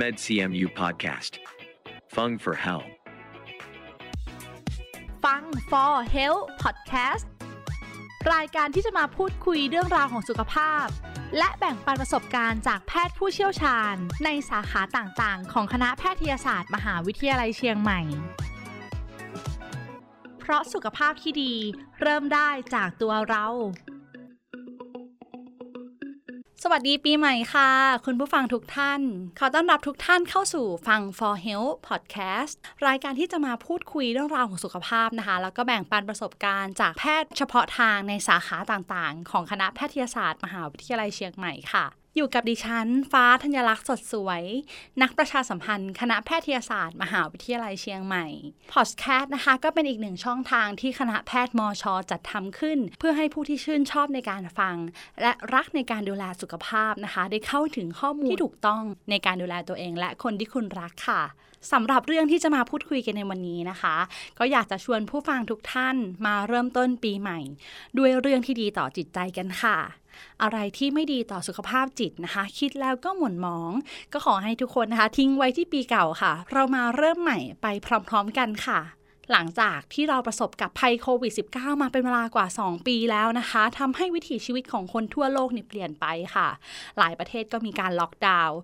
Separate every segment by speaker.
Speaker 1: MedCMU Podcast. Fung for Health.
Speaker 2: ฟัง for health podcast รายการที่จะมาพูดคุยเรื่องราวของสุขภาพ และแบ่งปันประสบการณ์จากแพทย์ผู้เชี่ยวชาญ ในสาขาต่างๆ ของคณะแพทยศาสตร์ มหาวิทยาลัยเชียงใหม่ เพราะสุขภาพที่ดีเริ่มได้จากตัวเรา สวัสดีปีใหม่ค่ะ คุณผู้ฟังทุกท่าน ขอต้อนรับทุกท่านเข้าสู่ฟัง for health podcast รายการที่จะมาพูดคุยเรื่องราวของสุขภาพนะคะ แล้วก็แบ่งปันประสบการณ์จากแพทย์เฉพาะทางในสาขาต่างๆ ของคณะแพทยศาสตร์ มหาวิทยาลัยเชียงใหม่ค่ะ อยู่กับดิฉัน ฟ้าธัญลักษณ์สดสวย นักประชาสัมพันธ์คณะแพทยศาสตร์ มหาวิทยาลัยเชียงใหม่ พอดแคสต์นะคะ ก็เป็นอีกหนึ่งช่องทางที่คณะแพทย์มอชอจัดทำขึ้น เพื่อให้ผู้ที่ชื่นชอบในการฟัง และรักในการดูแลสุขภาพนะคะ ได้เข้าถึงข้อมูลที่ถูกต้องในการดูแลตัวเอง และคนที่คุณรักค่ะสำหรับเรื่องที่จะมาพูดคุยกันในวันนี้นะคะ ก็อยากจะชวนผู้ฟังทุกท่านมาเริ่มต้นปีใหม่ ด้วยเรื่องที่ดีต่อจิตใจกันค่ะ อะไรที่ไม่ดีต่อสุขภาพจิตนะคะ คิดแล้วก็หม่นหมอง ก็ขอให้ทุกคนนะคะ ทิ้งไว้ที่ปีเก่าค่ะ เรามาเริ่มใหม่ไปพร้อมๆกันค่ะ หลังจากที่เราประสบกับภัยโควิด -19 มาเป็นเวลากว่า 2 ปีแล้วนะคะทำให้วิถีชีวิตของคนทั่วโลกนี่เปลี่ยนไปค่ะ หลายประเทศก็มีการล็อกดาวน์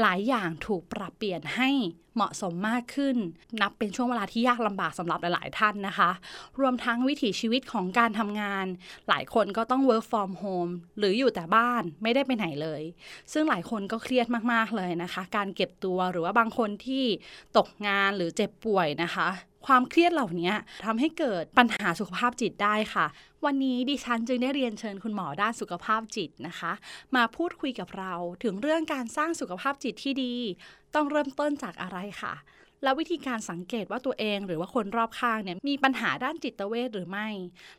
Speaker 2: หลายอย่างถูกปรับเปลี่ยนให้เหมาะสมมากขึ้น นับเป็นช่วงเวลาที่ยากลำบากสำหรับหลายๆท่านนะคะ รวมทั้งวิถีชีวิตของการทำงาน หลายคนก็ต้อง work from home หรืออยู่แต่บ้านไม่ได้ไปไหนเลย ซึ่งหลายคนก็เครียดมากๆเลยนะคะ การเก็บตัวหรือว่าบางคนที่ตกงานหรือเจ็บป่วยนะคะ ความเครียดเหล่านี้ทำให้เกิดปัญหาสุขภาพจิตได้ค่ะ วันนี้ดิฉันจึงได้เรียนเชิญคุณหมอด้านสุขภาพจิตนะคะ มาพูดคุยกับเราถึงเรื่องการสร้างสุขภาพจิตที่ดี ต้องเริ่มต้นจากอะไรค่ะ และวิธีการสังเกตว่าตัวเองหรือว่าคนรอบข้างเนี่ยมีปัญหาด้านจิตเวชหรือไม่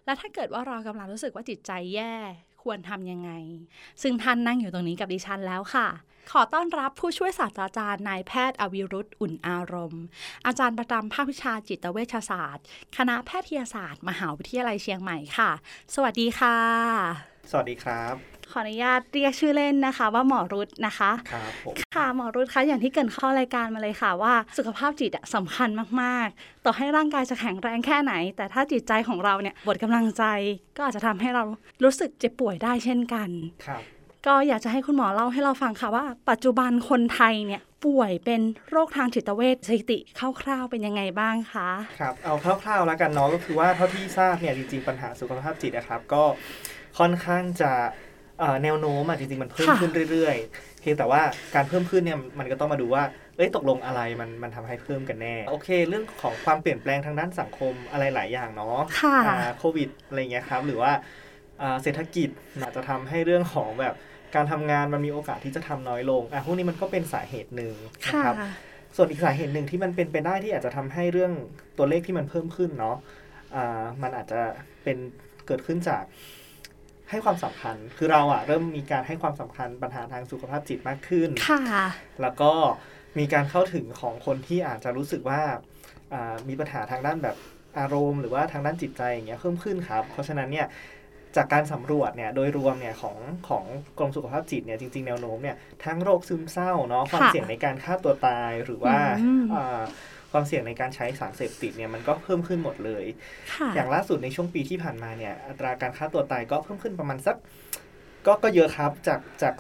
Speaker 2: และถ้าเกิดว่าเรากำลังรู้สึกว่าจิตใจแย่ควรทำยังไง ซึ่งท่านนั่งอยู่ตรงนี้กับดิฉันแล้วค่ะ ขอต้อนรับผู้ช่วยศาสตราจารย์นายแพทย์อวิรุธอุ่นอารมณ์ อาจารย์ประจำภาควิชาจิตเวชศาสตร์ คณะแพทยศาสตร์ มหาวิทยาลัยเชียงใหม่ค่ะ สวัสดีค่ะ
Speaker 3: สวัสดีครับ
Speaker 2: ขออนุญาตเรียกชื่อเล่นนะคะ ว่าหมอรุธนะคะ
Speaker 3: ครับผม
Speaker 2: ค่ะหมอรุธคะอย่างที่เกรินเข้ารายการมาเลยค่ะว่าสุขภาพจิตอะสำคัญมาก ๆ ต่อให้ร่างกายจะแข็งแรงแค่ไหน แต่ถ้าจิตใจของเราเนี่ยบดกำลังใจ ก็อาจจะทำให้เรารู้สึกเจ็บป่วยได้เช่นกัน
Speaker 3: ครับ
Speaker 2: ก็อยากจะให้คุณหมอเล่าให้เราฟังค่ะว่า ปัจจุบันคนไทยเนี่ยป่วยเป็นโรคทางจิตเวชสถิติคร่าวๆเป็นยังไงบ้างคะ
Speaker 3: ครับเอาคร่าวๆแล้วกันเนาะก็คือว่าเท่าที่ทราบเนี่ยจริงๆปัญหาสุขภาพจิตนะครับ ก็ค่อนข้างจะเอ่อแนวโน้มอ่ะจริงๆมันเพิ่มขึ้นเรื่อยๆเพียงแต่ว่าการเพิ่มขึ้นเนี่ยมันก็ต้องมาดูว่าเอ้ยตกลงอะไรมันมันทำให้เพิ่มกันแน่โอเค เรื่องของความเปลี่ยนแปลงทางด้านสังคมอะไรหลายอย่างเนาะ
Speaker 2: ค่ะ
Speaker 3: อ่าโควิดอะไรอย่างเงี้ยครับ หรือว่าอ่าเศรษฐกิจอาจจะทำให้เรื่องของแบบการทำงานมันมีโอกาสที่จะทำน้อยลงอ่ะพวกนี้มันก็เป็นสาเหตุหนึ่งนะ
Speaker 2: ค่ะ
Speaker 3: ครับ ส่วนอีกสาเหตุหนึ่งที่มันเป็นไปได้ที่อาจจะทำให้เรื่องตัวเลขที่มันเพิ่มขึ้นเนาะอ่ามันอาจจะเป็นเกิดขึ้นจากให้ความสำคัญ คือเราอะเริ่มมีการให้ความสำคัญปัญหาทางสุขภาพจิตมากขึ้น
Speaker 2: ค่ะ
Speaker 3: แล้วก็มีการเข้าถึงของคนที่อาจจะรู้สึกว่าอ่ามีปัญหาทางด้านแบบอารมณ์หรือว่าทางด้านจิตใจอย่างเงี้ยเพิ่มขึ้นครับ เพราะฉะนั้นเนี่ยจากการสำรวจเนี่ยโดยรวมเนี่ยของของกรมสุขภาพจิตเนี่ยจริงๆแนวโน้มเนี่ยทั้งโรคซึมเศร้าเนาะความ
Speaker 2: ค่ะ
Speaker 3: เสี่ยงในการฆ่าตัวตายหรือว่า
Speaker 2: อืม
Speaker 3: อ่าความเสี่ยงในการใช้สารเสพติดเนี่ยมันก็เพิ่มขึ้นหมดเลย
Speaker 2: ค่ะ
Speaker 3: อย่างล่าสุดในช่วงปีที่ผ่านมาเนี่ยอัตราการฆ่าตัวตายก็เพิ่มขึ้นประมาณสักก็ก็เยอะครับจากจาก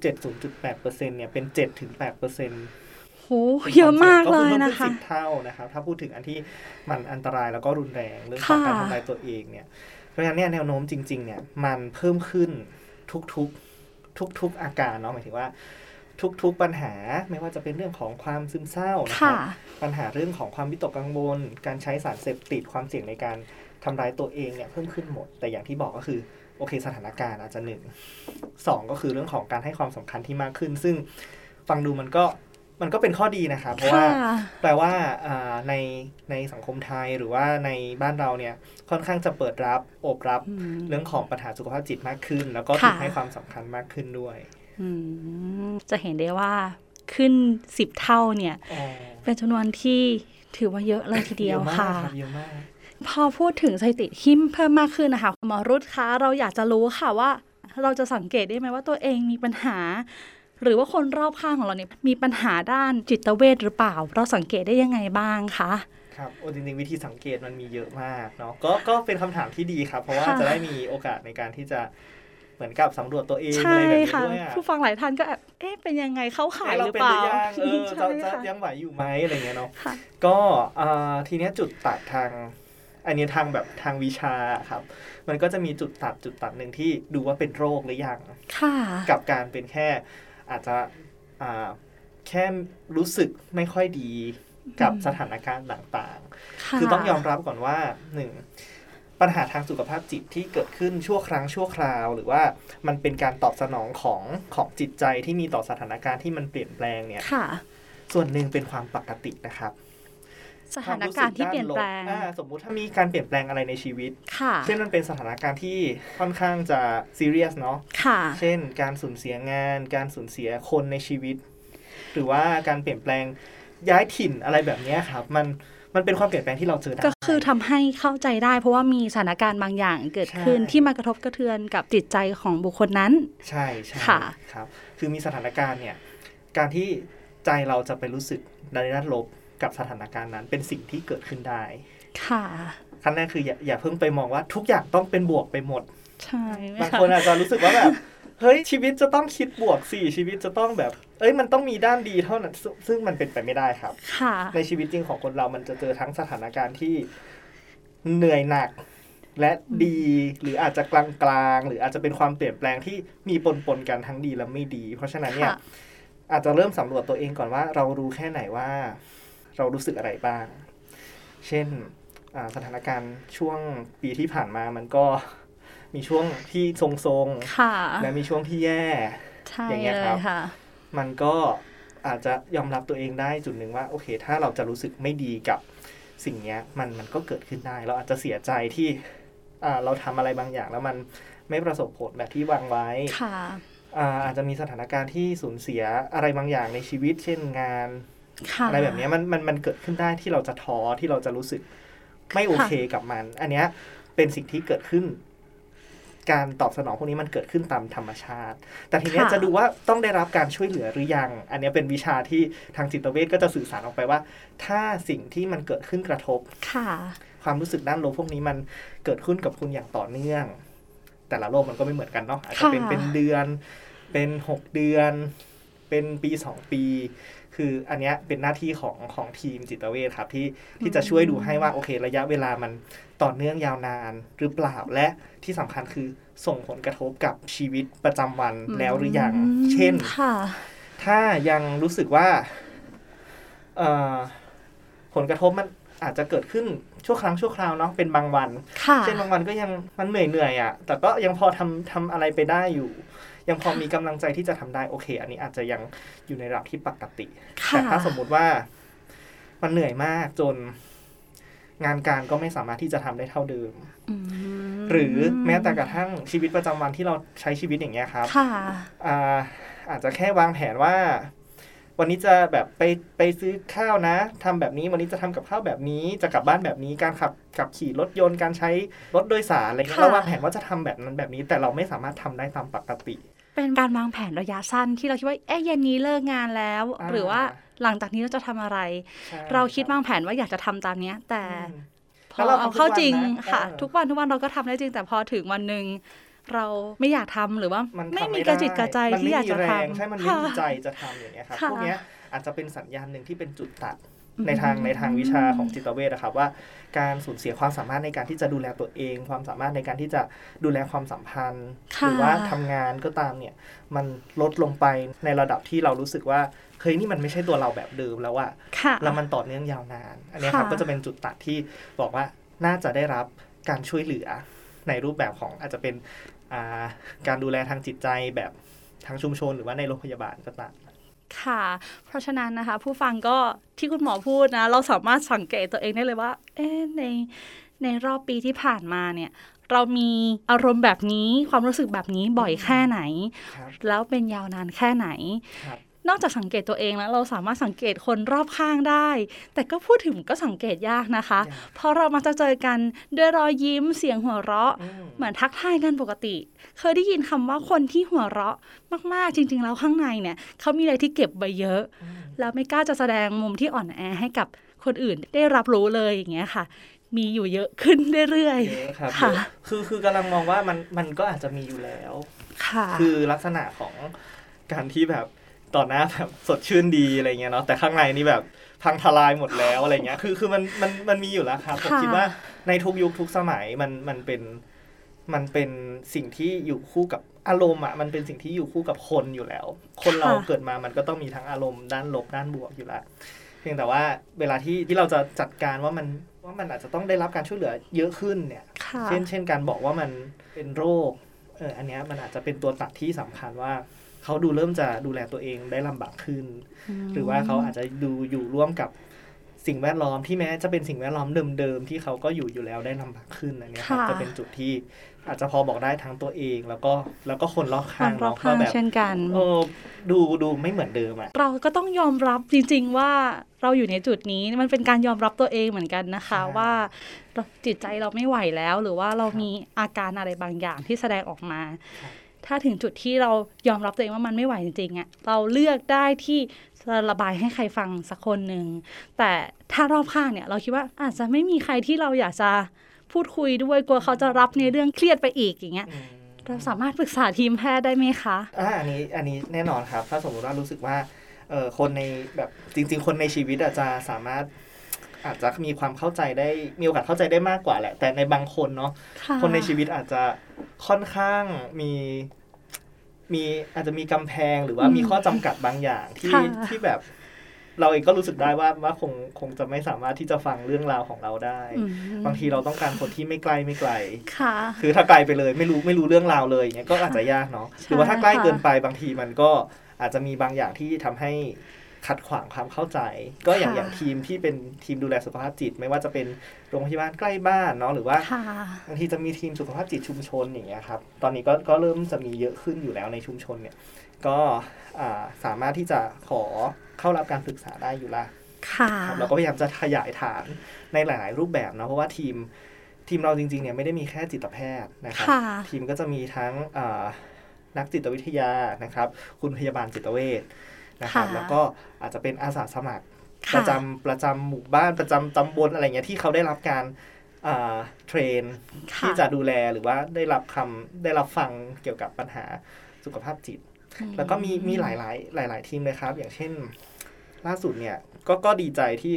Speaker 3: 0.7-0.8%เนี่ยเป็น 7-8%
Speaker 2: โหเยอะมาก
Speaker 3: คว
Speaker 2: เล
Speaker 3: สี่
Speaker 2: ย
Speaker 3: ง
Speaker 2: นะ
Speaker 3: ก็พิ่ม
Speaker 2: คะ
Speaker 3: ขึ้สิบเท่านะครับ ถ้าพูดถึงอันที่มันอันตรายแล้วก็รุนแรงเรื่องของ
Speaker 2: ค่ะ
Speaker 3: การทำลายตัวเองเนี่ย เพราะฉะนั้นเนี่ยแนวโน้มจริง ๆ เนี่ยมันเพิ่มขึ้นทุกๆทุกๆอาการเนาะหมายถึงว่า ทุกๆปัญหาไม่ว่าจะเป็นเรื่องของความซึมเศร้านะค
Speaker 2: ค่ะ
Speaker 3: รับปัญหาเรื่องของความวิตกกังวล การใช้สารเสพติดความเสี่ยงในการทำร้ายตัวเองเนี่ยเพิ่มขึ้นหมด แต่อย่างที่บอกก็คือโอเคสถานการณ์อาจจะหนึ่งสองก็คือเรื่องของการให้ความสำคัญที่มากขึ้น ซึ่งฟังดูมันก็มันก็เป็นข้อดีนะครับเพราะว่า
Speaker 2: ค่ะ
Speaker 3: แปลว่าอ่าในในสังคมไทยหรือว่าในบ้านเราเนี่ยค่อนข้างจะเปิดรับโอบรับเรื่องของปัญหาสุขภาพจิตมากขึ้น แล้วก็ถูก
Speaker 2: ค่ะ
Speaker 3: ให้ความสำคัญมากขึ้นด้วย
Speaker 2: อืมจะเห็นได้ว่าขึ้นสิบเท่าเนี่ย เป็นจำนวนที่ถือว่าเยอะเลยทีเดียว
Speaker 3: อะมาก
Speaker 2: ค่ะ
Speaker 3: รับเยอะมาก
Speaker 2: พอพูดถึงสถิติที่เพิ่มมากขึ้นนะคะหมอรุดคะเราอยากจะรู้ค่ะว่า เราจะสังเกตได้ไหมว่าตัวเองมีปัญหา หรือว่าคนรอบข้างของเราเนี่ยมีปัญหาด้านจิตเวชหรือเปล่า เราสังเกตได้ยังไงบ้างคะ
Speaker 3: ครับโอ้จริงๆ วิธีสังเกตมันมีเยอะมากเนาะก็ก็เป็นคำถามที่ดีครับ เพราะว่า
Speaker 2: ค่ะ
Speaker 3: จะได้มีโอกาสในการที่จะเหมือนกับสำรวจตัวเองอะ
Speaker 2: ใช่
Speaker 3: ไรแบบนี้
Speaker 2: ค่ะ
Speaker 3: ด้วยอะ
Speaker 2: ผู้ฟังหลายท่านก็แบบเอ๊ะเป็นยังไงเข้าขาย
Speaker 3: ะ
Speaker 2: หรือเปล่า
Speaker 3: เป็นหรือยังเออจะจะ
Speaker 2: ใช่
Speaker 3: ยั
Speaker 2: ค่ะ
Speaker 3: งไหวอยู่ไหมอะไรเงี้ยเนาะ
Speaker 2: ค่ะ
Speaker 3: ก็เอ่อทีเนี้ยจุดตัดทาง อันเนี้ยทางแบบทางวิชาครับ มันก็จะมีจุดตัดจุดตัดหนึ่งที่ดูว่าเป็นโรคหรือยัง
Speaker 2: ค่ะ
Speaker 3: กับการเป็นแค่อาจจะอ่าแค่รู้สึกไม่ค่อยดีกับสถานการณ์ต่างๆ
Speaker 2: ะ
Speaker 3: คือต้องยอมรับก่อนว่าหนึ่งปัญหาทางสุขภาพจิตที่เกิดขึ้นชั่วครั้งชั่วคราว หรือว่ามันเป็นการตอบสนองของของจิตใจที่มีต่อสถานการณ์ที่มันเปลี่ยนแปลงเนี่ย
Speaker 2: ค่ะ
Speaker 3: ส่วนหนึ่งเป็นความปกตินะครับ
Speaker 2: สถานการณ์ที่เปลี่ยนแปลง
Speaker 3: อ่าสมมุติถ้ามีการเปลี่ยนแปลงอะไรในชีวิต
Speaker 2: ค่ะ
Speaker 3: เช่นมันเป็นสถานการณ์ที่ค่อนข้างจะซีเรียสเนาะ
Speaker 2: ค่ะ
Speaker 3: เช่น การสูญเสียงาน การสูญเสียคนในชีวิต หรือว่าการเปลี่ยนแปลงย้ายถิ่นอะไรแบบเนี้ยครับ มันมันเป็นความเปลี่ยนแปลงที่เราเจอได้
Speaker 2: ก็คือทำให้เข้าใจได้เพราะว่ามีสถานการณ์บางอย่างเกิดขึ้น
Speaker 3: ใช่
Speaker 2: ที่มากระทบกระเทือนกับจิตใจของบุคคลนั้น
Speaker 3: ใช่ใช่
Speaker 2: ค่ะ
Speaker 3: ครับ คือมีสถานการณ์เนี่ย การที่ใจเราจะไปรู้สึกในด้านลบกับสถานการณ์นั้น เป็นสิ่งที่เกิดขึ้นได้
Speaker 2: ค่ะ
Speaker 3: ขั้นแรกคืออย่าอย่าเพิ่งไปมองว่าทุกอย่างต้องเป็นบวกไปหมด
Speaker 2: ใช่ไหม
Speaker 3: บาง
Speaker 2: คะ
Speaker 3: คนอาจจะรู้สึกว่าแบบ เฮ้ยชีวิตจะต้องคิดบวกสิชีวิตจะต้องแบบ เอ้ยมันต้องมีด้านดีเท่านั้นซึ่งซึ่งมันเป็นไปไม่ได้ครับ
Speaker 2: ค่ะ
Speaker 3: ในชีวิตจริงของคนเรามันจะเจอทั้งสถานการณ์ที่เหนื่อยหนักและดี หรืออาจจะกลางๆ หรืออาจจะเป็นความเปลี่ยนแปลงที่มีปนๆกันทั้งดีและไม่ดี เพราะฉะนั้นเนี่ย
Speaker 2: ค่ะ
Speaker 3: อาจจะเริ่มสำรวจตัวเองก่อนว่าเรารู้แค่ไหนว่า เรารู้สึกอะไรบ้าง เช่นอ่าสถานการณ์ช่วงปีที่ผ่านมามันก็ มีช่วงที่ทรง
Speaker 2: ค่ะ
Speaker 3: ๆและมีช่วงที่แย่
Speaker 2: ใช่
Speaker 3: อย่างเงี้ย
Speaker 2: เล
Speaker 3: ครั
Speaker 2: ย
Speaker 3: บ
Speaker 2: ค่ะ
Speaker 3: มันก็อาจจะยอมรับตัวเองได้จุดหนึ่งว่าโอเค ถ้าเราจะรู้สึกไม่ดีกับสิ่งเนี้ยมันมันก็เกิดขึ้นได้ เราอาจจะเสียใจที่อ่าเราทำอะไรบางอย่างแล้วมันไม่ประสบผลแบบที่วางไว้
Speaker 2: ค่ะ
Speaker 3: อาอาจจะมีสถานการณ์ที่สูญเสียอะไรบางอย่างในชีวิต เช่นงาน
Speaker 2: ค่ะ
Speaker 3: อะไรแบบเนี้ยมันมันมันเกิดขึ้นได้ที่เราจะท้อที่เราจะรู้สึกไม่โอเคกับมัน อันเนี้ยเป็นสิ่งที่เกิดขึ้น การตอบสนองพวกนี้มันเกิดขึ้นตามธรรมชาติ แต่ทีเนี้ย
Speaker 2: ค่ะ
Speaker 3: จะดูว่าต้องได้รับการช่วยเหลือหรือยัง อันเนี้ยเป็นวิชาที่ทางจิตเวชก็จะสื่อสารออกไปว่า ถ้าสิ่งที่มันเกิดขึ้นกระทบ
Speaker 2: ค่ะ
Speaker 3: ความรู้สึกด้านลบพวกนี้มันเกิดขึ้นกับคุณอย่างต่อเนื่อง แต่ละโรคมันก็ไม่เหมือนกันเนาะอาจจะเป็น
Speaker 2: ค่ะ
Speaker 3: เป็นเดือน เป็นหกเดือน เป็นปีสองปี คืออันเนี้ยเป็นหน้าที่ของของทีมจิตเวชครับที่ที่จะช่วยดูให้ว่าโอเค ระยะเวลามันต่อเนื่องยาวนานหรือเปล่าและที่สำคัญคือส่งผลกระทบกับชีวิตประจำวันแล้วหรือยัง
Speaker 2: ม
Speaker 3: เช่น
Speaker 2: ค่ะ
Speaker 3: ถ้ายังรู้สึกว่าเอ่อผลกระทบมันอาจจะเกิดขึ้นชั่วครั้งชั่วคราวเนาะเป็นบางวัน
Speaker 2: ค่ะ
Speaker 3: เช่นบางวันก็ยังมันเหนื่อยเหนื่อยๆอ่ะ แต่ก็ยังพอทำทำอะไรไปได้อยู่ ยังพอมีกำลังใจที่จะทำได้โอเค อันนี้อาจจะยังอยู่ในระดับที่ปกติ
Speaker 2: ค่ะ
Speaker 3: แต่ถ้าสมมุติว่ามันเหนื่อยมากจนงานการก็ไม่สามารถที่จะทำได้เท่าเดิม
Speaker 2: อืม
Speaker 3: หรือแม้แต่กระทั่งชีวิตประจำวันที่เราใช้ชีวิตอย่างเงี้ยครับ
Speaker 2: ค่ะ
Speaker 3: อ่าอาจจะแค่วางแผนว่า วันนี้จะแบบไปไปซื้อข้าวนะทำแบบนี้วันนี้จะทำกับข้าวแบบนี้จะกลับบ้านแบบนี้การขับขับขี่รถยนต์การใช้รถโดยสารอะไรเงี้ย
Speaker 2: ค่ะ
Speaker 3: เราวางแผนว่าจะทำแบบนั้นแบบนี้ แต่เราไม่สามารถทำได้ตามปกติ
Speaker 2: เป็นการวางแผนระยะสั้นที่เราคิดว่า เอ๊ะเย็นนี้เลิกงานแล้ว
Speaker 3: อ่า
Speaker 2: หรือว่าหลังจากนี้เราจะทำอะไร
Speaker 3: ใช่
Speaker 2: เราคิด
Speaker 3: รับ
Speaker 2: วางแผนว่าอยากจะทำตามเนี้ย แต่
Speaker 3: อืม
Speaker 2: พ
Speaker 3: แล้
Speaker 2: อ
Speaker 3: วเรา
Speaker 2: เอา
Speaker 3: ทำทุก
Speaker 2: เข้า
Speaker 3: วัน
Speaker 2: จริง
Speaker 3: นะ
Speaker 2: ค่ะ
Speaker 3: เออ
Speaker 2: ทุกวันทุกวันเราก็ทำได้จริง แต่พอถึงวันหนึ่งเราไม่อยากทำหรือว่า
Speaker 3: ัน
Speaker 2: ไม่
Speaker 3: ทำ
Speaker 2: มี
Speaker 3: ด้
Speaker 2: กระจิตกระใจ
Speaker 3: มัน
Speaker 2: ที่
Speaker 3: ไม่
Speaker 2: อยากจะ
Speaker 3: มีแรง
Speaker 2: ทำ
Speaker 3: ใช่มันไม่มี
Speaker 2: ค่ะ
Speaker 3: ใจจะทำอย่างเงี้ยครับ
Speaker 2: ค่ะ
Speaker 3: พวกเนี้ยอาจจะเป็นสัญญาณหนึ่งที่เป็นจุดตัด ในทางในทางวิชาของจิตเวชนะครับว่าการสูญเสียความสามารถในการที่จะดูแลตัวเอง ความสามารถในการที่จะดูแลความสัมพันธ์
Speaker 2: ค่ะ
Speaker 3: หรืว่าทำงานก็ตามเนี่ย มันลดลงไปในระดับที่เรารู้สึกว่าเฮ้ยนี่มันไม่ใช่ตัวเราแบบเดิมแล้วอะ
Speaker 2: ค่ะ
Speaker 3: แล้วมันต่อเนื่องยาวนาน อันเนี้ยครับ
Speaker 2: ค่ะ
Speaker 3: ก็จะเป็นจุดตัดที่บอกว่าน่าจะได้รับการช่วยเหลือในรูปแบบของอาจจะเป็นอ่าการดูแลทางจิตใจแบบทางชุมชนหรือว่าในโรงพยาบาลก็ตาม
Speaker 2: ค่ะ เพราะฉะนั้นนะคะ ผู้ฟังก็ที่คุณหมอพูดนะ เราสามารถสังเกตตัวเองได้เลยว่า เอ๊ะในในรอบปีที่ผ่านมาเนี่ย เรามีอารมณ์แบบนี้ความรู้สึกแบบนี้บ่อยแค่ไหน
Speaker 3: ครับ
Speaker 2: แล้วเป็นยาวนานแค่ไหน
Speaker 3: ครับ
Speaker 2: นอกจากสังเกตตัวเองแล้วเราสามารถสังเกตคนรอบข้างได้ แต่ก็พูดถึงก็สังเกตยากนะคะ
Speaker 3: ยาก
Speaker 2: เพราะเรามักจะเจอกันด้วยรอยยิ้มเสียงหัวเราะ
Speaker 3: อืม
Speaker 2: เหมือนทักทายกันปกติ เคยได้ยินคำว่าคนที่หัวเราะมากๆจริง ๆ แล้วข้างในเนี่ยเขามีอะไรที่เก็บไว้เยอะ
Speaker 3: อืม
Speaker 2: แล้วไม่กล้าจะแสดงมุมที่อ่อนแอให้กับคนอื่นได้รับรู้เลยอย่างเงี้ยค่ะ มีอยู่เยอะขึ้นเรื่อย
Speaker 3: เยอะครับ
Speaker 2: ๆค่ะ
Speaker 3: เยอะคือคือกำลังมองว่ามันมันก็อาจจะมีอยู่แล้ว
Speaker 2: ค่ะ
Speaker 3: คือลักษณะของการที่แบบต่อหน้าแบบสดชื่นดีอะไรเงี้ยเนาะแต่ข้างในนี่แบบพังทลายหมดแล้วอะไรเงี้ยคือคือมันมันมันมีอยู่แล้วครับผม
Speaker 2: ค่ะ
Speaker 3: คิดว่าในทุกยุคทุกสมัยมันมันเป็นมันเป็นสิ่งที่อยู่คู่กับอารมณ์อ่ะมันเป็นสิ่งที่อยู่คู่กับคนอยู่แล้ว คนเราเกิดมามันก็ต้องมีทั้งอารมณ์ด้านลบด้านบวกอยู่แล้ว เพียงแต่ว่าเวลาที่ที่เราจะจัดการว่ามันว่ามันอาจจะต้องได้รับการช่วยเหลือเยอะขึ้นเนี่ย
Speaker 2: ค่ะ
Speaker 3: เช่นเช่นการบอกว่ามันเป็นโรค เออ อันเนี้ยมันอาจจะเป็นตัวตัดที่สำคัญว่า เขาดูเริ่มจะดูแลตัวเองได้ลำบากขึ้น
Speaker 2: ม
Speaker 3: หรือว่าเขาอาจจะดูอยู่ร่วมกับสิ่งแวดล้อมที่แม้จะเป็นสิ่งแวดล้อมเดิมๆที่เขาก็อยู่อยู่แล้วได้ลำบากขึ้นอันเนี้ยครับ
Speaker 2: ค่ะ
Speaker 3: จะเป็นจุดที่อาจจะพอบอกได้ทั้งตัวเอง แล้วก็แล้วก็คนรอบ
Speaker 2: ค
Speaker 3: ข้าง
Speaker 2: นรอบ
Speaker 3: เนาะ
Speaker 2: ข้า
Speaker 3: ว่าง แบบ
Speaker 2: เช่นกัน
Speaker 3: เออดูดูไม่เหมือนเดิมอ่ะ
Speaker 2: เราก็ต้องยอมรับจริง ๆ ว่าเราอยู่ในจุดนี้มันเป็นการยอมรับตัวเองเหมือนกันนะคะ
Speaker 3: ใช่
Speaker 2: ว่าเราจิตใจเราไม่ไหวแล้ว หรือว่าเรา
Speaker 3: ครับ
Speaker 2: มีอาการอะไรบางอย่างที่แสดงออกมา
Speaker 3: ครับ
Speaker 2: ถ้าถึงจุดที่เรายอมรับตัวเองว่ามันไม่ไหวจริงๆอะเราเลือกได้ที่จะระบายให้ใครฟังสักคนหนึ่งแต่ถ้ารอบข้างเนี่ย เราคิดว่าอาจจะไม่มีใครที่เราอยากจะพูดคุยด้วยกลัวเขาจะรับในเรื่องเครียดไปอีกอย่างเงี้ย
Speaker 3: อืม
Speaker 2: เราสามารถปรึกษาทีมแพทย์ได้ไหมคะ
Speaker 3: อ่าอันนี้อันนี้แน่นอนครับ ถ้าสมมติว่ารู้สึกว่าเออคนในแบบจริง ๆ คนในชีวิตอาจจะสามารถ อาจจะมีความเข้าใจได้มีโอกาสเข้าใจได้มากกว่าแหละ แต่ในบางคนเนาะ
Speaker 2: ค่ะ
Speaker 3: คนในชีวิตอาจจะค่อนข้างมี มีอาจจะมีกำแพงหรือว่า
Speaker 2: อืม
Speaker 3: มีข้อจำกัดบางอย่างที่
Speaker 2: ค่ะ
Speaker 3: ที่แบบ เราเองก็รู้สึกได้ว่าว่าคงคงจะไม่สามารถที่จะฟังเรื่องราวของเราได้
Speaker 2: อืม
Speaker 3: บางทีเราต้องการคนที่ไม่ใกล้ไม่ไกล
Speaker 2: ค่ะ
Speaker 3: คือถ้าไกลไปเลยไม่รู้ไม่รู้เรื่องราวเลยอย่างเงี้ยก็อาจจะยากเนาะ
Speaker 2: ใช่
Speaker 3: หรือว่าถ้าใกล้
Speaker 2: ค่ะ
Speaker 3: เกินไปบางทีมันก็อาจจะมีบางอย่างที่ทำให้ขัดขวางความเข้าใจ ก็อย่าง
Speaker 2: ค่ะ
Speaker 3: อย่างทีมที่เป็นทีมดูแลสุขภาพจิต ไม่ว่าจะเป็นโรงพยาบาลใกล้บ้านเนาะหรือว่า
Speaker 2: ค่ะ
Speaker 3: บางทีจะมีทีมสุขภาพจิตชุมชนอย่างเงี้ยครับตอนนี้ก็ก็เริ่มจะมีเยอะขึ้นอยู่แล้วในชุมชนเนี่ยก็อ่าสามารถที่จะขอเข้ารับการศึกษาได้อยู่ละ
Speaker 2: ค่ะ
Speaker 3: ครับเราก็พยายามจะขยายฐานในหลาย ๆ รูปแบบเนาะเพราะว่าทีมทีมเราจริง ๆ เนี่ยไม่ได้มีแค่จิตแพทย์นะครับ
Speaker 2: ค่ะ
Speaker 3: ทีมก็จะมีทั้งเอ่อนักจิตวิทยานะครับ คุณพยาบาลจิตเวชนะครับ
Speaker 2: ค่ะ
Speaker 3: แล้วก็อาจจะเป็นอาสาสมัคร ป
Speaker 2: ค่
Speaker 3: ระจำประจำหมู่บ้านประจำตำบลอะไรเงี้ยที่เขาได้รับการเอ่อเทรน
Speaker 2: ค่
Speaker 3: ที่จะดูแลหรือว่าได้รับคำได้รับฟังเกี่ยวกับปัญหาสุขภาพจิต แล้วก็มีมีหลายหลายหลาย ๆ ทีมเลยครับ อย่างเช่น ล่าสุดเนี่ยก็ก็ดีใจที่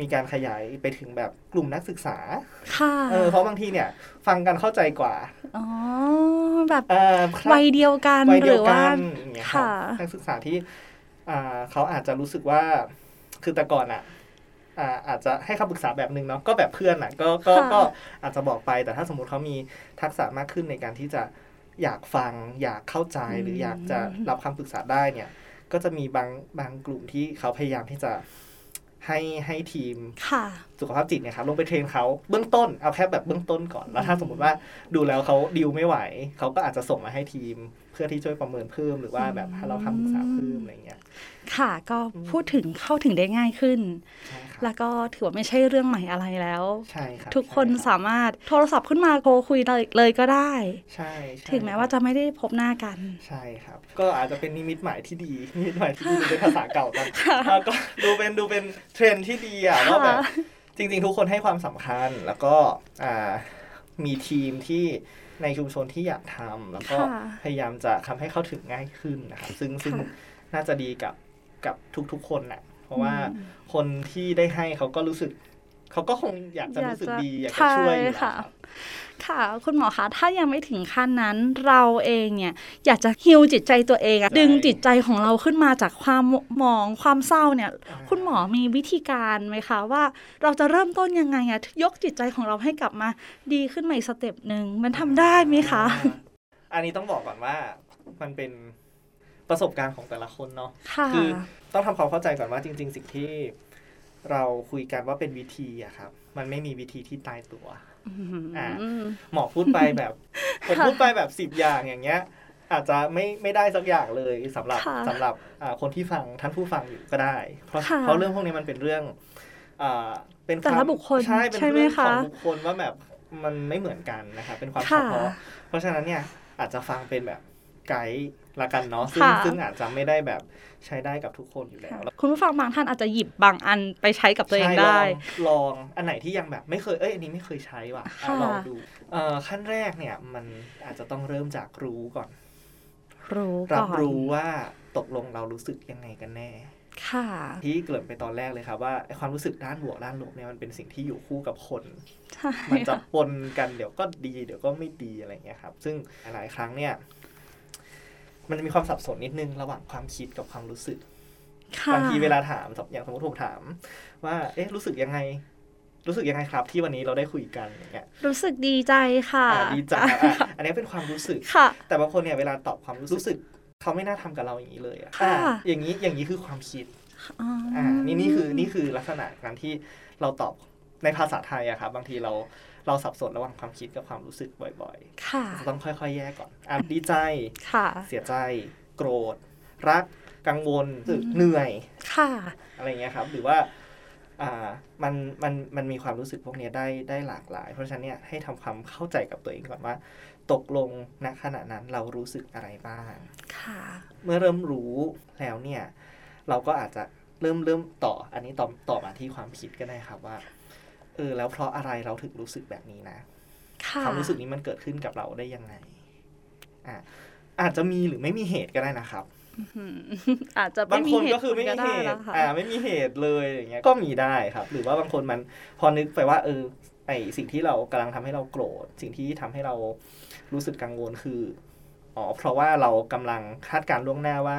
Speaker 3: มีการขยายไปถึงแบบกลุ่มนักศึกษา
Speaker 2: ค่ะ
Speaker 3: เออเพราะบางทีเนี่ย ฟังกันเข้าใจกว่า
Speaker 2: อ๋อ แบบ
Speaker 3: เออ
Speaker 2: วัยเดียวกัน
Speaker 3: วัย
Speaker 2: ห
Speaker 3: เดี
Speaker 2: รื
Speaker 3: ยว
Speaker 2: อ
Speaker 3: กั
Speaker 2: ว่า
Speaker 3: นอย่างเงี้ยครับ
Speaker 2: ค่ะ
Speaker 3: นักศึกษาที่อ่าเขาอาจจะรู้สึกว่าคือแต่ก่อนอ่ะอ่าอาจจะให้คำปรึกษาแบบนึงเนาะก็แบบเพื่อนอ่ะก็ก็ก็อาจจะบอกไปแต่ถ้าสมมติเขามีทักษะมากขึ้นในการที่จะอยากฟัง อยากเข้าใจหรืออยากจะรับคำปรึกษาได้เนี่ย ก็จะมีบางบางกลุ่มที่เขาพยายามที่จะให้ให้ทีม
Speaker 2: ค่ะ
Speaker 3: สุขภาพจิตเนะครับลงไปเทรนเขาเบื้องต้นเอาแค่แบบเบื้องต้นก่อน แล้วถ้าสมมติว่าดูแล้วเขาดิวไม่ไหว เขาก็อาจจะส่งมาให้ทีม เพื่อที่ช่วยประเมินเพิ่มหรือว่าแบบให้เราคำปรึกษาเพิ่มอะไรอย่างเงี้ย
Speaker 2: ค่ะ ก็พูดถึงเข้าถึงได้ง่ายขึ้น
Speaker 3: ใช่ครับ
Speaker 2: แล้วก็ถือว่าไม่ใช่เรื่องใหม่อะไรแล้ว
Speaker 3: ใช่ครับ
Speaker 2: ทุกคน
Speaker 3: ใช่รับ
Speaker 2: สามารถโทรศัพท์ขึ้นมาโทรคุยเลยเลยก็ได้
Speaker 3: ใช่ใช่
Speaker 2: ถึงแม้ว่าจะไม่ได้พบหน้ากัน
Speaker 3: ใช่ครับ ก็อาจจะเป็นนิมิตหมายที่ดีนิมิตหมายที่ดีเป็นภาษาเก่าตอนแล้วก็ดูเป็นดูเป็นเทรนด์ที่ดีอ่ะว่าแบบ จริงๆ ทุกคนให้ความสำคัญแล้วก็อ่ามีทีมที่ในชุมชนที่อยากทำแล้วก็
Speaker 2: ค่ะ
Speaker 3: พยายามจะทำให้เข้าถึงง่ายขึ้นนะครับซึ่งซึ่ง
Speaker 2: ค่ะ
Speaker 3: น่าจะดีกับกับทุกๆ คนนะเพราะว่า
Speaker 2: อืม
Speaker 3: คนที่ได้ให้เขาก็รู้สึก เขาก็คงอยากจะรู้สึก
Speaker 2: อยากจะ
Speaker 3: ดีอยากจะช่วยอ
Speaker 2: ใช่
Speaker 3: ยู่แล้วครั
Speaker 2: ค่ะ
Speaker 3: บ
Speaker 2: ค่ะคุณหมอคะถ้ายังไม่ถึงขั้นนั้นเราเองเนี่ยอยากจะฮิวจิตใจตัวเองอะ
Speaker 3: ใช่
Speaker 2: ดึงจิตใจของเราขึ้นมาจากความหมองความเศร้าเนี่ย
Speaker 3: อ่า
Speaker 2: คุณหมอมีวิธีการไหมคะ ว่าเราจะเริ่มต้นยังไงอะยกจิตใจของเราให้กลับมาดีขึ้นใหม่สเต็ปหนึ่งมันทำได้ไหมคะ
Speaker 3: อ่าอันนี้ต้องบอกก่อนว่ามันเป็นประสบการณ์ของแต่ละคนเนาะ
Speaker 2: ค่ะ
Speaker 3: คือต้องทำความเข้าใจก่อนว่าจริง ๆ สิ่งที่เราคุยกันว่าเป็นวิธีอะครับ มันไม่มีวิธีที่ตายตัว
Speaker 2: อืม
Speaker 3: อ่า หมอพูดไปแบบ ผม
Speaker 2: ค่ะ
Speaker 3: พูดไปแบบสิบอย่างอย่างเงี้ย อาจจะไม่ไม่ได้สักอย่างเลยสำหรับ
Speaker 2: ค่ะ
Speaker 3: สำหรับอ่าคนที่ฟังท่านผู้ฟังอยู่ก็ได้ เพราะ
Speaker 2: ค่ะ
Speaker 3: เพราะเรื่องพวกนี้มันเป็นเรื่องอ่าเป็น
Speaker 2: แต่ละ
Speaker 3: วาม
Speaker 2: บุคคล
Speaker 3: ใช่เป็น
Speaker 2: ใช่ไหม
Speaker 3: เรื่องของ
Speaker 2: คะ
Speaker 3: บุคคลว่าแบบมันไม่เหมือนกันนะครับเป็นความเฉ
Speaker 2: ค่ะ
Speaker 3: พาะ เพราะฉะนั้นเนี่ยอาจจะฟังเป็นแบบไกด์ละกันเนาะซึ่ง
Speaker 2: ค่ะ
Speaker 3: ซึ่งอาจจะไม่ได้แบบใช้ได้กับทุกคนอยู่แล้ว
Speaker 2: คุณผู้ฟังบางท่านอาจจะหยิบบางอันไปใช้กับตัวเองได้
Speaker 3: ใช่ลองลองอันไหนที่ยังแบบไม่เคย เอ้ยอันนี้ไม่เคยใช้ว่ะอ่ะ
Speaker 2: ค่ะ
Speaker 3: ลองดูเอ่อขั้นแรกเนี่ยมันอาจจะต้องเริ่มจากรู้ก่อน
Speaker 2: รู้
Speaker 3: รั
Speaker 2: ก่อบ น
Speaker 3: รู้ว่าตกลงเรารู้สึกยังไงกันแน่
Speaker 2: ค่ะ
Speaker 3: ที่เกริ่นไปตอนแรกเลยครับว่าไอ้ความรู้สึกด้านบวกด้านลบเนี่ยมันเป็นสิ่งที่อยู่คู่กับคน
Speaker 2: ใช่
Speaker 3: มันจะ
Speaker 2: ค่ะ
Speaker 3: ปนกันเดี๋ยวก็ดีเดี๋ยวก็ไม่ดีอะไรอย่างเงี้ยครับ ซึ่งหลายๆครั้งเนี่ย มันจะมีความสับสนนิดนึงระหว่างความคิดกับความรู้สึก บางทีเวลาถามสมอย่างสมมติผมถาม ว่า เอ๊ะรู้สึกยังไง รู้สึกยังไงครับ ที่วันนี้เราได้คุยกันอย่างเงี้ย
Speaker 2: รู้สึกดีใจค่ะ
Speaker 3: อ่าดี จังอ่ะอ่ะอันนี้เป็นความรู้สึก
Speaker 2: ค่ะ
Speaker 3: แต่บางคนเนี่ยเวลาตอบความรู้สึก เขาไม่น่าทำกับเราอย่างนี้เลยอ่ะ
Speaker 2: ค่ะ
Speaker 3: อ่ะอย่างนี้อย่างนี้คือความคิด
Speaker 2: อ๋ออ
Speaker 3: อ่านี่นี่คือนี่คือลักษณะการที่เราตอบในภาษาไทยอะครับบางทีเราเราสับสนระหว่างความคิดกับความรู้สึกบ่อย
Speaker 2: ค่ะ
Speaker 3: ๆจะต้องค่อยๆ แยกก่อนอ่ะดีใจ
Speaker 2: ค่ะ
Speaker 3: เสียใจ โกรธ รัก กังวลรู้สึกเหนื่อย
Speaker 2: ค่ะ
Speaker 3: อะไรเงี้ยครับหรือว่าอ่ามันมันมันมีความรู้สึกพวกเนี้ยได้ได้หลากหลาย เพราะฉะนั้นเนี่ยให้ทำความเข้าใจกับตัวเองก่อนว่า ตกลงณขณะนั้นเรารู้สึกอะไรบ้าง
Speaker 2: ค่ะ
Speaker 3: เมื่อเริ่มรู้แล้วเนี่ยเราก็อาจจะเริ่มเริ่มต่ออันนี้ต่อต่อมาที่ความคิดก็ได้ครับว่าเออแล้วเพราะอะไรเราถึงรู้สึกแบบนี้นะ
Speaker 2: ค่ะ
Speaker 3: ความรู้สึกนี้มันเกิดขึ้นกับเราได้ยังไงอ่ะอาจจะมีหรือไม่มีเหตุก็ได้นะครับ
Speaker 2: อืมอาจจะไม่
Speaker 3: บาง
Speaker 2: มี
Speaker 3: คน
Speaker 2: เห
Speaker 3: ก็
Speaker 2: ตุ
Speaker 3: คือไม่มีเห
Speaker 2: ผลก็ด้แล้
Speaker 3: ตุ
Speaker 2: วค่ะ
Speaker 3: อ่าไม่มีเหตุเลยอย่างเงี้ยก็มีได้ครับ หรือว่าบางคนมันพอนึกไปว่าเออไอสิ่งที่เรากำลังทำให้เราโกรธ สิ่งที่ทำให้เรารู้สึกกังวลคืออ๋อเพราะว่าเรากำลังคาดการณ์ล่วงหน้าว่า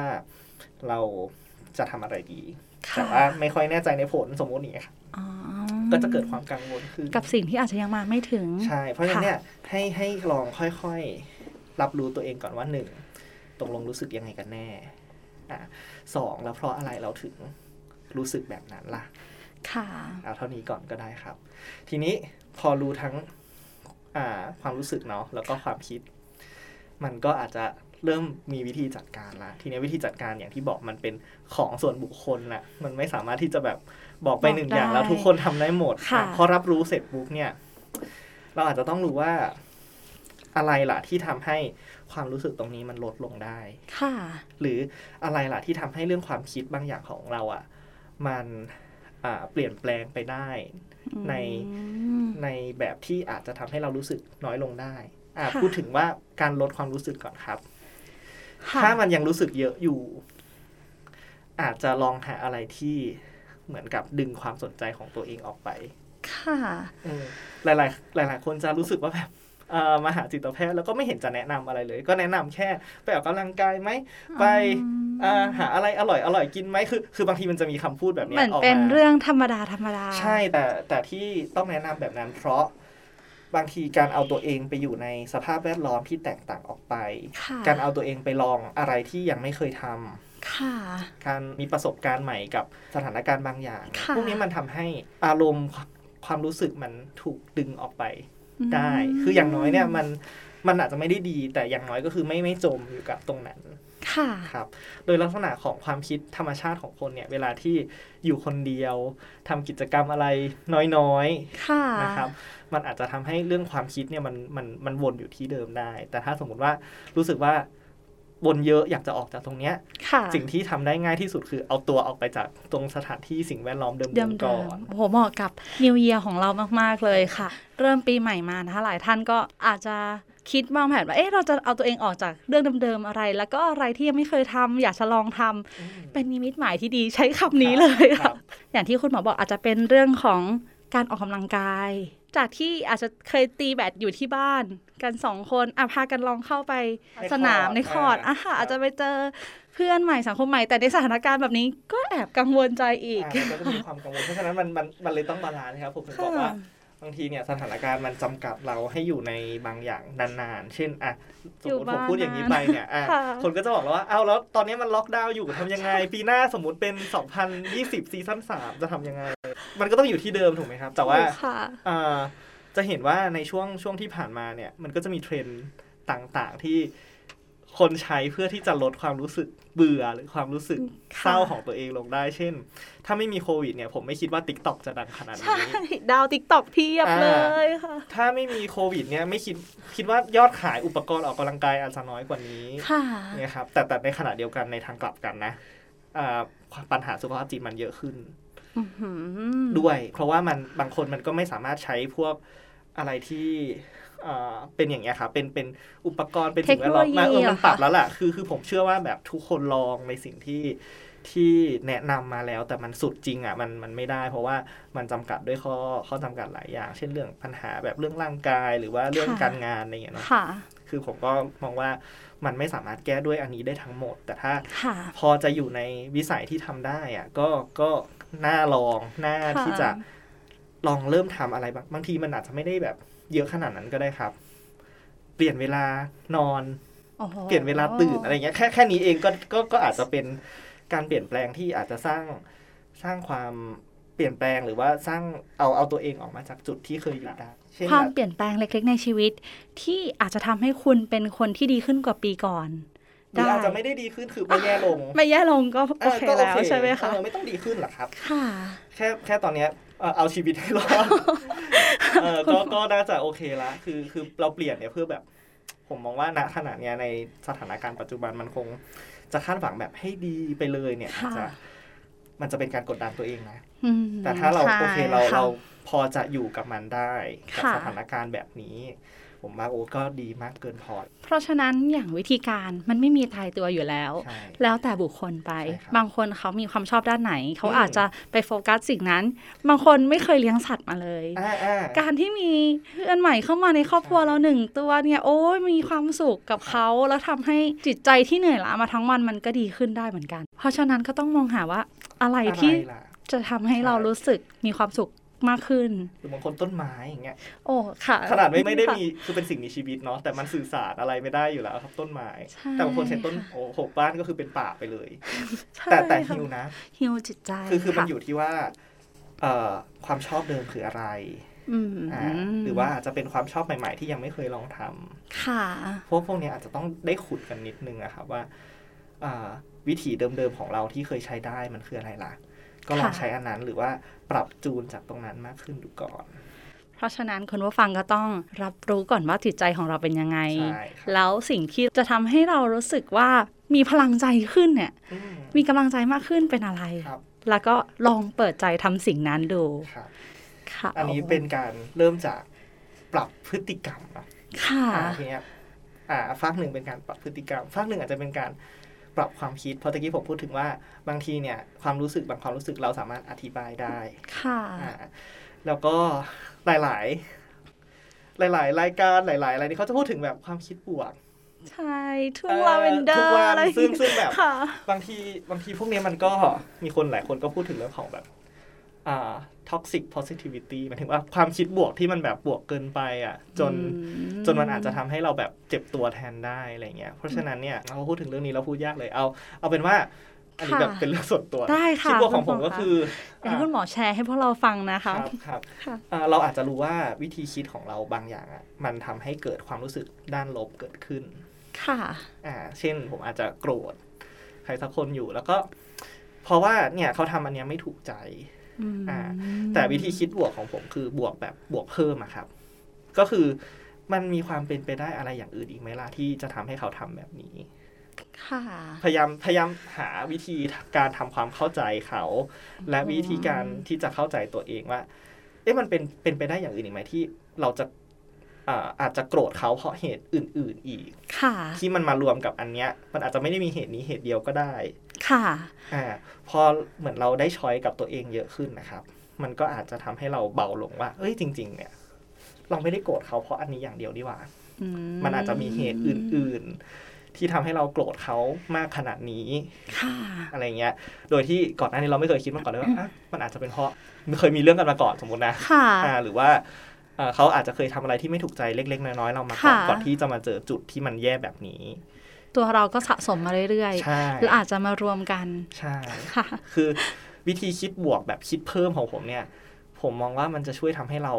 Speaker 3: เราจะทำอะไรดี แต่ว่าไม่ค่อยแน่ใจในผลสมมติอย่างเงี้ยครับ
Speaker 2: อ๋อ
Speaker 3: ก็จะเกิดความกังวลขึ้น
Speaker 2: กับสิ่งที่อาจจะยังมาไม่ถึง
Speaker 3: ใช่ เพราะฉะนั้นเนี่ยให้ให้ลองค่อยๆรับรู้ตัวเองก่อนว่าหนึ่งตกลงรู้สึกยังไงกันแน่อ่ะสองแล้วเพราะอะไรเราถึงรู้สึกแบบนั้นล่ะ
Speaker 2: ค่ะ
Speaker 3: เอาเท่านี้ก่อนก็ได้ครับ ทีนี้พอรู้ทั้งอ่าความรู้สึกเนาะแล้วก็ความคิด มันก็อาจจะเริ่มมีวิธีจัดการละทีนี้วิธีจัดการอย่างที่บอกมันเป็นของส่วนบุคคลนะมันไม่สามารถที่จะแบบบอกไป
Speaker 2: บอก
Speaker 3: หนึ่งอย่าง
Speaker 2: ได้
Speaker 3: แล้วทุกคนทำได้หมด
Speaker 2: ค่ะ
Speaker 3: อ่ะพอรับรู้เสร็จปุ๊บเนี่ย เราอาจจะต้องรู้ว่าอะไรล่ะที่ทำให้ความรู้สึกตรงนี้มันลดลงได้
Speaker 2: ค่ะ
Speaker 3: หรืออะไรล่ะที่ทำให้เรื่องความคิดบางอย่างของเราอะ่ะมันอ่าเปลี่ยนแปลงไปได้ ใน
Speaker 2: อืม
Speaker 3: ในแบบที่อาจจะทำให้เรารู้สึกน้อยลงได้อ่า
Speaker 2: ค่ะ
Speaker 3: พูดถึงว่าการลดความรู้สึกก่อนครับ
Speaker 2: ค่ะ
Speaker 3: ถ้ามันยังรู้สึกเยอะอยู่ อาจจะลองหาอะไรที่เหมือนกับดึงความสนใจของตัวเองออกไป
Speaker 2: ค่ะ
Speaker 3: เออหลายๆหลายหลายๆคนจะรู้สึกว่าแบบเอ่อมาหาจิตแพทย์แล้วก็ไม่เห็นจะแนะนำอะไรเลย ก็แนะนำแค่ไปออกกำลังกายไหมไป อ่าหาอะไรอร่อยอร่อยกินไหมคือ คือบางทีมันจะมีคำพูดแบบ
Speaker 2: เห
Speaker 3: เนี้ย
Speaker 2: มือน
Speaker 3: ออก
Speaker 2: เป็น
Speaker 3: มา
Speaker 2: เรื่องธรรมดาธรรมดา
Speaker 3: ใช่แต่แต่ที่ต้องแนะนำแบบนั้น เพราะบางทีการเอาตัวเองไปอยู่ในสภาพแวดล้อมที่แตกต่างออกไป
Speaker 2: ค่ะ
Speaker 3: การเอาตัวเองไปลองอะไรที่ยังไม่เคยทำ
Speaker 2: ค่ะ
Speaker 3: การมีประสบการณ์ใหม่กับสถานการณ์บางอย่าง
Speaker 2: ค่ะ
Speaker 3: พวกนี้มันทำให้อารมณ์ความรู้สึกมันถูกดึงออกไปได้
Speaker 2: ม
Speaker 3: คืออย่างน้อยเนี่ยมันมันอาจจะไม่ได้ดี แต่อย่างน้อยก็คือไม่ไม่จมอยู่กับตรงนั้น
Speaker 2: ค่ะ
Speaker 3: ครับโดยลักษณะของความคิดธรรมชาติของคนเนี่ย เวลาที่อยู่คนเดียวทำกิจกรรมอะไรน้อย
Speaker 2: ค่ะ
Speaker 3: ๆนะครับ มันอาจจะทำให้เรื่องความคิดเนี่ยมันมันมันวนอยู่ที่เดิมได้ แต่ถ้าสมมติว่ารู้สึกว่าวนเยอะอยากจะออกจากตรงเนี้ย
Speaker 2: ค่ะ
Speaker 3: สิ่งที่ทำได้ง่ายที่สุดคือเอาตัวออกไปจากตรงสถานที่สิ่งแวดล้อมเดิ
Speaker 2: เดิม
Speaker 3: มๆ
Speaker 2: ๆ
Speaker 3: ก่อน
Speaker 2: โอ้โหเหมาะกับ New Year ของเรามาก ๆ เลยค่ะ เริ่มปีใหม่มานะคะ หลายท่านก็อาจจะคิดวางแผนว่า เอ๊ะ เราจะเอาตัวเองออกจากเรื่องเดิม ๆ อะไร แล้วก็อะไรที่ยังไม่เคยทำอยากจะลองทำ เป็นนิมิตหมายที่ดีใช้คำนี้เลย
Speaker 3: ครั
Speaker 2: ค่ะ
Speaker 3: บ
Speaker 2: อย่างที่คุณหมอบอกอาจจะเป็นเรื่องของการออกกำลังกาย จากที่อาจจะเคยตีแบดอยู่ที่บ้าน กันสองคนอ่ะพากันลองเข้าไปสนามในคอร์ดอ่ะค่ะอาจจะไปเจอเพื่อนใหม่สังคมใหม่ แต่ในสถานการณ์แบบนี้ก็แอบกังวลใจอีก
Speaker 3: อ่ามันก็จะมีความกังวลเพราะฉะนั้นมันมันมันเลยต้องบาลานซ์ครับผมถึงบอกว่า บางทีเนี่ยสถานการณ์มันจำกัดเราให้อยู่ในบางอย่างนานๆ เช่นอ่ะสมมติ
Speaker 2: อยู่
Speaker 3: ผ
Speaker 2: บ้าม น
Speaker 3: พูดอย่างนี้ไปเนี่ยอ่ะ
Speaker 2: ค่ะ
Speaker 3: คนก็จะบอกแล้วว่า เอ้าวแล้วตอนนี้มันล็อกดาวน์อยู่ทำยังไง ปีหน้าสมมติเป็น 2020 ซีซั่น3 จะทำยังไง มันก็ต้องอยู่ที่เดิมถูกไหมครับ แต่ว่า
Speaker 2: ถูกค่ะ
Speaker 3: อ่าจะเห็นว่าในช่วงช่วงที่ผ่านมาเนี่ย มันก็จะมีเทรนด์ต่างๆที่ คนใช้เพื่อที่จะลดความรู้สึกเบื่อหรือความรู้สึก
Speaker 2: ค่ะ
Speaker 3: เศร้าของตัวเองลงได้ เช่น ถ้าไม่มีโควิดเนี่ยผมไม่คิดว่า t ิ k t o k จะดังขนาด
Speaker 2: ใช่
Speaker 3: นี้
Speaker 2: ดาวติ๊กต็อกเพียบ
Speaker 3: อ่า
Speaker 2: เลยค่ะ
Speaker 3: ถ้าไม่มีโควิดเนี่ยไม่คิดคิดว่ายอดขายอุปกรณ์ออกกำลังกายอาจจะน้อยกว่านี้
Speaker 2: ค่ะ
Speaker 3: เนี่ยครับแต่แต่ในขณะเดียวกันในทางกลับกันนะอ่าปัญหาสุขภาพจิตมันเยอะขึ้น
Speaker 2: อื้อหือ
Speaker 3: ด้วย เพราะว่ามันบางคนมันก็ไม่สามารถใช้พวกอะไรที่อ่าเป็นอย่างเงี้ยครับเป็นเป็นอุปกรณ์เป็นสิ่งแวดล้อมมาเออมันปรับแล้วล่ะคือคือผมเชื่อว่าแบบทุกคนลองในสิ่งที่ที่แนะนำมาแล้ว แต่มันสุดจริงอ่ะมันมันไม่ได้ เพราะว่ามันจำกัดด้วยข้อข้อจำกัดหลายอย่าง เช่นเรื่องปัญหาแบบเรื่องร่างกายหรือว่าเรื่องการงานอะไรอย่างเงี้ยเนาะ
Speaker 2: ค่ะ
Speaker 3: คือผมก็มองว่ามันไม่สามารถแก้ด้วยอันนี้ได้ทั้งหมด แต่ถ้า
Speaker 2: ค่ะ
Speaker 3: พอจะอยู่ในวิสัยที่ทำได้อะก็ก็น่าลองน่า
Speaker 2: ค่ะ
Speaker 3: ที่จะลองเริ่มทำอะไรบางบางทีมันอาจจะไม่ได้แบบเยอะขนาดนั้นก็ได้ครับ เปลี่ยนเวลานอน
Speaker 2: โอ้โห
Speaker 3: เปลี่ยนเวลาตื่นอะไรเงี้ยแค่แค่นี้เองก็ก็ก็อาจจะเป็นการเปลี่ยนแปลงที่อาจจะสร้างสร้างความเปลี่ยนแปลงหรือว่าสร้างเอาเอาตัวเองออกมาจากจุดที่เคยอยู่ได้เช่น
Speaker 2: ควา
Speaker 3: แบ
Speaker 2: ม
Speaker 3: บ
Speaker 2: เปลี่ยนแปลงเล็กๆในชีวิต ที่อาจจะทำให้คุณเป็นคนที่ดีขึ้นกว่าปีก่อน
Speaker 3: หรืออาจจะไม่ได้ดีขึ้นคือไม่แย่ลง
Speaker 2: ไม่แย่ลงก็โอเค
Speaker 3: ก็
Speaker 2: แล้วใช่ไหมคะ
Speaker 3: เออไม่ต้องดีขึ้นหรอกครับ
Speaker 2: ค่ะ
Speaker 3: แค่แค่ตอนเนี้ยเอ่อเอาชีวิตให้ รอดเออก็ก็น่าจะโอเคละคือคือเราเปลี่ยนเนี่ยเพื่อแบบ ผมมองว่าณขณะเนี้ยในสถานการณ์ปัจจุบันมันคงจะคาดหวังแบบให้ดีไปเลยเนี่ยอาจจะ
Speaker 2: ค่ะ
Speaker 3: มันจะเป็นการกดดันตัวเองนะ
Speaker 2: อืม
Speaker 3: แต่ถ้าเรา
Speaker 2: ใช่
Speaker 3: โอเคเรา
Speaker 2: ะ
Speaker 3: เราพอจะอยู่กับมันได้กับ
Speaker 2: ค่ะ
Speaker 3: สถานการณ์แบบนี้ ผมว่าโอ้ก็ดีมากเกินพอ
Speaker 2: เพราะฉะนั้นอย่างวิธีการมันไม่มีตายตัวอยู่แล้ว
Speaker 3: ใช่
Speaker 2: แล้วแต่บุคคลไป
Speaker 3: ใช่ครับ
Speaker 2: บางคนเขามีความชอบด้านไหน เขา
Speaker 3: อืม
Speaker 2: อาจจะไปโฟกัสสิ่งนั้น บางคนไม่เคยเลี้ยงสัตว์มาเลย
Speaker 3: อ่าอ่า
Speaker 2: การที่มีเพื่อนใหม่เข้ามาในครอบครัวเราหนึ่งตัวเนี่ยโอ้ยมีความสุขกับเขาแล้วทำให้จิตใจที่เหนื่อยล้ามาทั้งวันมันก็ดีขึ้นได้เหมือนกัน เพราะฉะนั้นก็ต้องมองหาว่าอะไรที่
Speaker 3: อะไรล่ะ
Speaker 2: จะทำให้เรารู้สึกมีความสุขมากขึ้น
Speaker 3: หรือบางคนต้นไม้อย่างเงี้ย
Speaker 2: โอ้ค่ะ
Speaker 3: ขนาดไม่ไม่ได้
Speaker 2: ค่ะ
Speaker 3: มีคือเป็นสิ่งมีชีวิตเนาะแต่มันสื่อสารอะไรไม่ได้อยู่แล้วครับต้นไม้
Speaker 2: ใช่
Speaker 3: แต่บางคนใช้ต้น
Speaker 2: ค่ะ
Speaker 3: โอ้โหบ้านก็คือเป็นป่าไปเลย
Speaker 2: ใช่
Speaker 3: แต่แต่
Speaker 2: ค่ะ
Speaker 3: ฮิวนะ
Speaker 2: ฮิวจิตใจ
Speaker 3: คือคือมัน
Speaker 2: ค่ะ
Speaker 3: อยู่ที่ว่าเอ่อความชอบเดิมคืออะไร
Speaker 2: อืม
Speaker 3: อ่าหรือว่าอาจจะเป็นความชอบใหม่ๆ ที่ยังไม่เคยลองทำ
Speaker 2: ค่ะ
Speaker 3: พวกพวกเนี้ยอาจจะต้องได้ขุดกันนิดนึงอะครับว่าอ่าวิถีเดิมๆของเราที่เคยใช้ได้มันคืออะไรล่ะ ก็ลอง
Speaker 2: ค่ะ
Speaker 3: ใช้อันนั้นหรือว่าปรับจูนจากตรงนั้นมากขึ้นดูก่อน
Speaker 2: เพราะฉะนั้นคุณผู้ฟังก็ต้องรับรู้ก่อนว่าจิตใจของเราเป็นยังไง
Speaker 3: ใช่ครับ
Speaker 2: แล้วสิ่งที่จะทำให้เรารู้สึกว่ามีพลังใจขึ้นเนี่ย
Speaker 3: อืม
Speaker 2: มีกำลังใจมากขึ้นเป็นอะไร
Speaker 3: ครับ
Speaker 2: แล้วก็ลองเปิดใจทำสิ่งนั้นดู
Speaker 3: ครับ
Speaker 2: ค่ะ
Speaker 3: อันนี้เป็นการเริ่มจากปรับพฤติกรรมเนาะ
Speaker 2: ค่ะ
Speaker 3: อ่าทีเนี้ยอ่าฝากหนึ่งเป็นการปรับพฤติกรรมฝากหนึ่งอาจจะเป็นการปรับความคิด เพราะตะกี้ผมพูดถึงว่าบางทีเนี่ยความรู้สึกบางความรู้สึกเราสามารถอธิบายได้
Speaker 2: ค่ะ
Speaker 3: อ่าแล้วก็หลาย ๆ หลาย ๆ รายการหลาย ๆ อะไรนี่เขาจะพูดถึงแบบความคิดบวก
Speaker 2: ใช่ทุ่งลาเวนเดอ
Speaker 3: ทุก
Speaker 2: ร์
Speaker 3: วั
Speaker 2: อะไร
Speaker 3: นซึ่งซึ่งแบบ
Speaker 2: ค่ะ
Speaker 3: บางทีบางทีพวกเนี้ยมันก็มีคนหลายคนก็พูดถึงเรื่องของแบบอ่า toxic positivity หมายถึงว่าความคิดบวกที่มันแบบบวกเกินไปอ่ะจน
Speaker 2: อืม
Speaker 3: จนมันอาจจะทำให้เราแบบเจ็บตัวแทนได้อะไรเงี้ยเพราะฉะนั้นเนี่ยเราพูดถึงเรื่องนี้เราพูดยากเลยเอา เอาเป็นว่าอันนี้
Speaker 2: ค่ะ
Speaker 3: แบบเป็นเรื่องส่วนตัว
Speaker 2: ได้ค่ะ
Speaker 3: คิดบวกของผม
Speaker 2: คุณหมอ
Speaker 3: ก็คือ
Speaker 2: อยากให้คุณหมอแชร์ให้พวกเราฟังนะ
Speaker 3: ค
Speaker 2: คะ
Speaker 3: รับครับ
Speaker 2: ค่ะ
Speaker 3: อ่าเราอาจจะรู้ว่าวิธีคิดของเราบางอย่างอ่ะมันทำให้เกิดความรู้สึกด้านลบเกิดขึ้น
Speaker 2: ค่ะ
Speaker 3: อ่าเช่นผมอาจจะโกรธใครสักคนอยู่แล้วก็ เพราะว่าเนี่ยเขาทำอันเนี้ยไม่ถูกใจ
Speaker 2: อืม
Speaker 3: อ่า แต่วิธีคิดบวกของผมคือบวกแบบบวกเพิ่มอะครับ ก็คือมันมีความเป็นไปได้อะไรอย่างอื่นอีกไหมล่ะที่จะทำให้เขาทำแบบนี้
Speaker 2: ค่ะ
Speaker 3: พยายามพยายามหาวิธีการทำความเข้าใจเขา และวิธีการที่จะเข้าใจตัวเองว่า เอ๊ะมันเป็นเป็นไปได้อย่างอื่นอีกไหมที่เราจะอ่าอาจจะโกรธเขาเพราะเหตุอื่น ๆ อีก
Speaker 2: ค่ะ
Speaker 3: ที่มันมารวมกับอันเนี้ยมันอาจจะไม่ได้มีเหตุนี้เหตุเดียวก็ได้
Speaker 2: ค่ะ
Speaker 3: อ่าพอเหมือนเราได้ช้อยกับตัวเองเยอะขึ้นนะครับ มันก็อาจจะทำให้เราเบาลงว่า เอ้ยจริง ๆ เนี่ย เราไม่ได้โกรธเขาเพราะอันนี้อย่างเดียวดีหว่า
Speaker 2: อื
Speaker 3: มันอาจจะมีเหตุอื่น ๆ ที่ทำให้เราโกรธเขามากขนาดนี้
Speaker 2: ค่ะ
Speaker 3: อะไรเงี้ย โดยที่ก่อนหน้านี้เราไม่เคยคิดมาก่อนเลยว่าอ่ะมันอาจจะเป็นเพราะเคยมีเรื่องกันมาก่อนสมมตินะ
Speaker 2: ค่ะ
Speaker 3: อ่าหรือว่าเอ่อเขาอาจจะเคยทำอะไรที่ไม่ถูกใจเล็ก ๆ น้อยๆเรามาก่อน
Speaker 2: ค่ะ
Speaker 3: ก่อนที่จะมาเจอจุดที่มันแย่แบบนี้
Speaker 2: ตัวเราก็สะสมมาเรื่อย
Speaker 3: ใช่
Speaker 2: ๆแล้วอาจจะมารวมกัน
Speaker 3: ใช่
Speaker 2: ค่ะ
Speaker 3: คือวิธีคิดบวกแบบคิดเพิ่มของผมเนี่ย ผมมองว่ามันจะช่วยทำให้เรา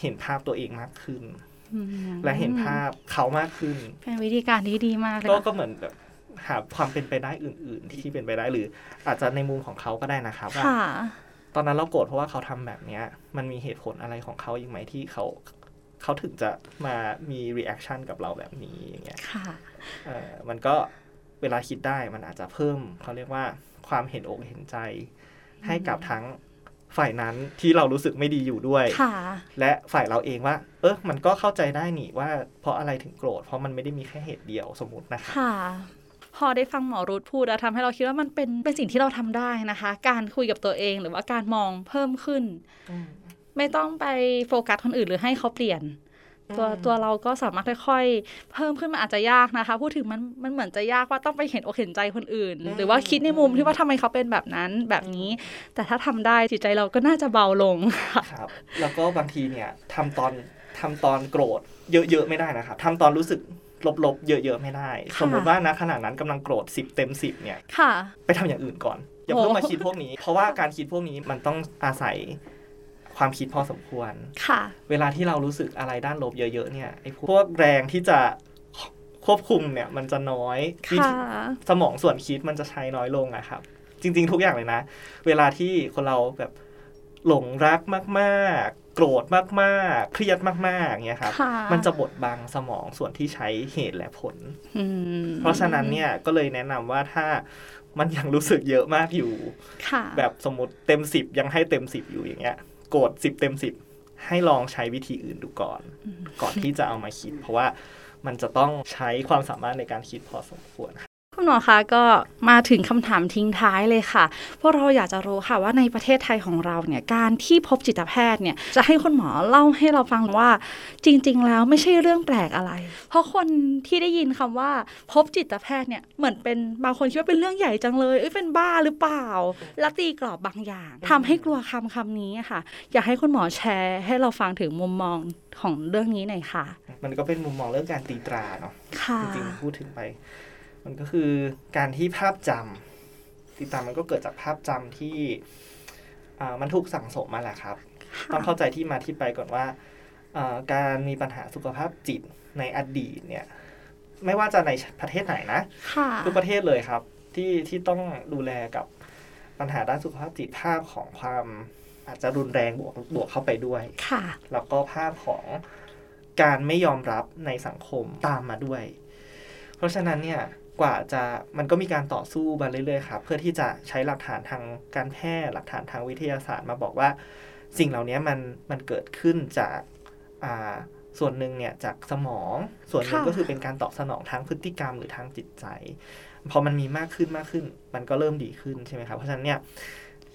Speaker 3: เห็นภาพตัวเองมากขึ้น
Speaker 2: อืม
Speaker 3: และเห็นภาพเขามากขึ้น
Speaker 2: เป็นวิธีการที่ดีมากเลย
Speaker 3: ก็
Speaker 2: นะ
Speaker 3: ก็เหมือนแบบหาความเป็นไปได้อื่น ๆ ที่เป็นไปได้หรือ อาจจะในมุมของเขาก็ได้นะครับว่า
Speaker 2: ค่ะ
Speaker 3: ตอนนั้นเราโกรธเพราะว่าเขาทำแบบเนี้ย มันมีเหตุผลอะไรของเขาอีกไหมที่เขาเขาถึงจะมามี reaction กับเราแบบนี้อย่างเงี้ย
Speaker 2: ค่ะ
Speaker 3: เออมันก็เวลาคิดได้มันอาจจะเพิ่มเขาเรียกว่าความเห็นอกเห็นใจ ให้กับทั้งฝ่ายนั้นที่เรารู้สึกไม่ดีอยู่ด้วย
Speaker 2: ค่ะ
Speaker 3: และฝ่ายเราเองว่า เออมันก็เข้าใจได้นี่ว่า เพราะอะไรถึงโกรธ เพราะมันไม่ได้มีแค่เหตุเดียวสมมตินะครับ
Speaker 2: ค่ะ พอได้ฟังหมอรูทพูดแล้วทำให้เราคิดว่ามันเป็นเป็นสิ่งที่เราทำได้นะคะ การคุยกับตัวเองหรือว่าการมองเพิ่มขึ้น ไม่ต้องไปโฟกัสคนอื่นหรือให้เขาเปลี่ยน ตัวตัวเราก็สามารถค่อยๆ เพิ่มขึ้นมาอาจจะยากนะคะ พูดถึงมันมันเหมือนจะยากว่าต้องไปเห็นอกเห็นใจคนอื่น
Speaker 3: อืม
Speaker 2: หรือว่าคิดในมุมที่ว่าทำไมเขาเป็นแบบนั้นแบบนี้ แต่ถ้าทำได้จิตใจเราก็น่าจะเบาลงค่ะ
Speaker 3: ครับแล้วก็บางทีเนี่ยทำตอนทำตอนโกรธเยอะๆไม่ได้นะครับทำตอนรู้สึกลบๆเยอะๆไม่ได้
Speaker 2: ค่ะ
Speaker 3: สมมติว่านะขณะนั้นกำลังโกรธ10 เต็ม 10เนี่ย
Speaker 2: ค่ะ
Speaker 3: ไปทำอย่างอื่นก่อนอย่าเพิ่งมาคิดพวกนี้ เพราะว่าการคิดพวกนี้มันต้องอาศัยความคิดพอสมควร
Speaker 2: ค่ะ
Speaker 3: เวลาที่เรารู้สึกอะไรด้านลบเยอะ ๆเนี่ยไอ้พวกแรงที่จะควบคุมเนี่ยมันจะน้อยวิ
Speaker 2: ค่ะ
Speaker 3: ธี สมองส่วนคิดมันจะใช้น้อยลงอะครับ จริง ๆ ทุกอย่างเลยนะ เวลาที่คนเราแบบหลงรักมากๆ โกรธมากๆ เครียดมากๆเงี้ยครับ
Speaker 2: ค่ะ
Speaker 3: มันจะบดบังสมองส่วนที่ใช้เหตุและผล
Speaker 2: อืม
Speaker 3: เพราะฉะนั้นเนี่ยก็เลยแนะนำว่าถ้ามันยังรู้สึกเยอะมากอยู่
Speaker 2: ค่ะ
Speaker 3: แบบสมมติเต็มสิบยังให้เต็มสิบอยู่อย่างเงี้ยโกรธสิบเต็มสิบให้ลองใช้วิธีอื่นดูก่อน ก่อนที่จะเอามาคิด เพราะว่ามันจะต้องใช้ความสามารถในการคิดพอสมควร
Speaker 2: คุณหมอคะก็มาถึงคำถามทิ้งท้ายเลยค่ะ พวกเราอยากจะรู้ค่ะว่าในประเทศไทยของเราเนี่ยการที่พบจิตแพทย์เนี่ยจะให้คุณหมอเล่าให้เราฟังว่า จริง ๆ แล้วไม่ใช่เรื่องแปลกอะไร เพราะคนที่ได้ยินคำว่าพบจิตแพทย์เนี่ยเหมือนเป็นบางคนคิดว่าเป็นเรื่องใหญ่จังเลยเอ้ยเป็นบ้าหรือเปล่า และตีกรอบบางอย่างทำให้กลัวคำคำนี้ค่ะ อยากให้คุณหมอแชร์ให้เราฟังถึงมุมมองของเรื่องนี้หน่อยค่ะ
Speaker 3: มันก็เป็นมุมมองเรื่องการตีตราเนาะ
Speaker 2: ค่ะ
Speaker 3: จริงๆพูดถึงไป มันก็คือการที่ภาพจำตีตรามันก็เกิดจากภาพจำที่อ่ามันถูกสั่งสมมาแหละครับ ต้องเข้าใจที่มาที่ไปก่อนว่าเอ่อการมีปัญหาสุขภาพจิตในอดีตเนี่ย ไม่ว่าจะในประเทศไหนนะ
Speaker 2: ค่ะ
Speaker 3: ทุกประเทศเลยครับ ที่ที่ต้องดูแลกับปัญหาด้านสุขภาพจิตภาพของความอาจจะรุนแรงบวกบวกเข้าไปด้วย
Speaker 2: ค่ะ
Speaker 3: แล้วก็ภาพของการไม่ยอมรับในสังคมตามมาด้วย เพราะฉะนั้นเนี่ยกว่าจะมันก็มีการต่อสู้มาเรื่อยๆครับเพื่อที่จะใช้หลักฐานทางการแพทย์หลักฐานทางวิทยาศาสตร์มาบอกว่า สิ่งเหล่านี้มันมันเกิดขึ้นจากอ่าส่วนหนึ่งเนี่ยจากสมองส่วนหนึ่ง
Speaker 2: ค่ะ
Speaker 3: ก็คือเป็นการตอบสนองทางพฤติกรรมหรือทางจิตใจ พอมันมีมากขึ้นมากขึ้น มันก็เริ่มดีขึ้นใช่ไหมครับ เพราะฉะนั้นเนี่ย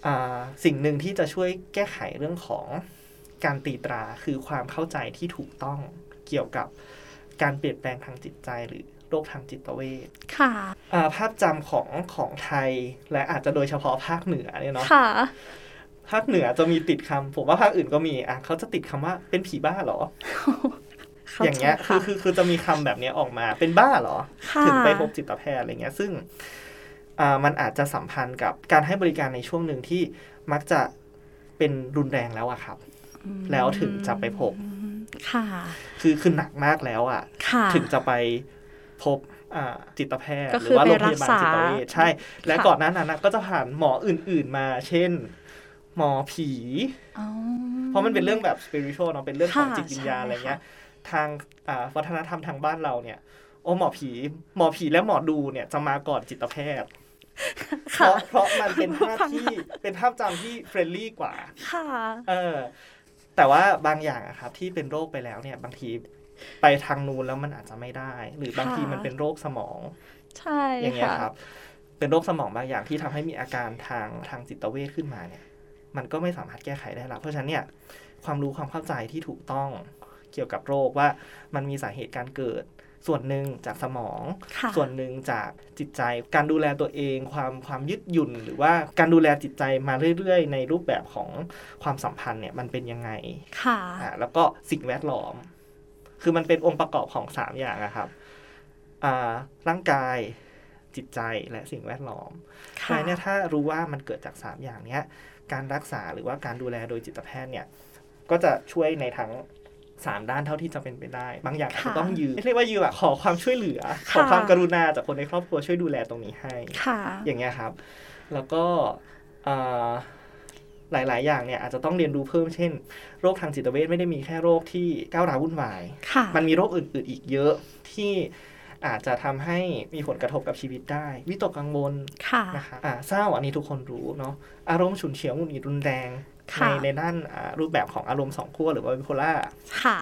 Speaker 3: อ่าสิ่งหนึ่งที่จะช่วยแก้ไขเรื่องของการตีตราคือความเข้าใจที่ถูกต้องเกี่ยวกับการเปลี่ยนแปลงทางจิตใจหรือโรคทางจิตเวช
Speaker 2: ค่ะ
Speaker 3: อ่าภาพจำของของไทยและอาจจะโดยเฉพาะภาคเหนือเนี่ยเนาะ
Speaker 2: ค่ะ
Speaker 3: ภาคเหนือจะมีติดคำผมว่าภาคอื่นก็มีอ่ะเขาจะติดคำว่าเป็นผีบ้าเหรอ อย่างเงี้ยคือคือคือจะมีคำแบบเนี้ยออกมาเป็นบ้าเหรอ
Speaker 2: ค่ะ
Speaker 3: ถึงไปพบจิตแพทย์อะไรเงี้ยซึ่งอ่ามันอาจจะสัมพันธ์กับการให้บริการในช่วงหนึ่งที่มักจะเป็นรุนแรงแล้วอะครับ แล้วถึงจะไปพบ
Speaker 2: ค่ะ
Speaker 3: คือคือหนักมากแล้วอะ
Speaker 2: ค่ะ
Speaker 3: ถึงจะไปพบอ่าจิตแพทย์
Speaker 2: ก็
Speaker 3: ห
Speaker 2: คื
Speaker 3: รือ
Speaker 2: อ
Speaker 3: ว่าโรงพยาบา
Speaker 2: ไปรัก
Speaker 3: ล
Speaker 2: ษา
Speaker 3: จิตเวชใช่ และ
Speaker 2: ค่ะ
Speaker 3: ก่อนหน้านั้นนะก็จะผ่านหมออื่น ๆมา เช่น หมอผี
Speaker 2: อ๋อ
Speaker 3: เพราะมันเป็นเรื่องแบบ spiritual เนาะเป็นเรื่องของ
Speaker 2: ค่ะ
Speaker 3: จิตวิญญาณ
Speaker 2: ใช่
Speaker 3: อะไรเงี้ย
Speaker 2: ค่
Speaker 3: ทางอ่าวัฒนธรรมทางบ้านเราเนี่ย โอ้หมอผี หมอผีและหมอดูเนี่ยจะมาก่อนจิตแพทย์ เพ
Speaker 2: ค่ะ
Speaker 3: ราะเพราะมันเป็นภาพที่เป็นภาพจำที่เฟรนลี่กว่า
Speaker 2: ค่ะ
Speaker 3: เออ แต่ว่าบางอย่างอะครับ ที่เป็นโรคไปแล้วเนี่ย บางทีไปทางนู้นแล้วมันอาจจะไม่ได้ หรือบางที
Speaker 2: ค่ะ
Speaker 3: มันเป็นโรคสมอง
Speaker 2: ใช่
Speaker 3: อย่างเงี้ย
Speaker 2: ค่ะ
Speaker 3: ครับ เป็นโรคสมองบางอย่างที่ทำให้มีอาการทางทางจิตเวชขึ้นมาเนี่ย มันก็ไม่สามารถแก้ไขได้ละเพราะฉะนั้นเนี่ย ความรู้ความเข้าใจที่ถูกต้องเกี่ยวกับโรคว่ามันมีสาเหตุการเกิด ส่วนหนึ่งจากสมอง
Speaker 2: ค่ะ
Speaker 3: ส่วนหนึ่งจากจิตใจการดูแลตัวเอง ความความยืดหยุ่น หรือว่าการดูแลจิตใจมาเรื่อยๆ ในรูปแบบของความสัมพันธ์เนี่ยมันเป็นยังไง
Speaker 2: ค่ะ
Speaker 3: อ่าแล้วก็สิ่งแวดล้อม คือมันเป็นองค์ประกอบของสามอย่างนะครับอ่าร่างกายจิตใจและสิ่งแวดล้อมเพราะ
Speaker 2: ค่ะ
Speaker 3: ฉะนั้นเนี่ยถ้ารู้ว่ามันเกิดจากสามอย่างเนี้ยการรักษาหรือว่าการดูแลโดยจิตแพทย์เนี่ยก็จะช่วยในทั้ง สามด้านเท่าที่จะเป็นไปได้ บางอย่างอาจจะ
Speaker 2: ค่ะ
Speaker 3: ต้องยืมเรียกว่ายืมอะขอความช่วยเหลือ ข
Speaker 2: ค่ะ
Speaker 3: อความกรุณาจากคนในครอบครัวช่วยดูแลตรงนี้ให้
Speaker 2: ค่ะ
Speaker 3: อย่างเงี้ยครับ แล้วก็เอ่อหลาย ๆ อย่างเนี่ยอาจจะต้องเรียนรู้เพิ่มเช่น โรคทางจิตเวชไม่ได้มีแค่โรคที่ก้าวร้าววุ่นวาย
Speaker 2: ค่ะ
Speaker 3: มันมีโรคอื่น ๆ อีกเยอะที่อาจจะทำให้มีผลกระทบกับชีวิตได้ วิตกกังวล
Speaker 2: ค่ะ
Speaker 3: นะคะอ่าเศร้าอันนี้ทุกคนรู้เนาะอารมณ์ฉุนเฉียวหงุดหงิดรุนแรงใน
Speaker 2: ค่ะ
Speaker 3: ในด้านอ่ารูปแบบของอารมณ์สองขั้วหรือว่าบิโพล่า
Speaker 2: ค่ะ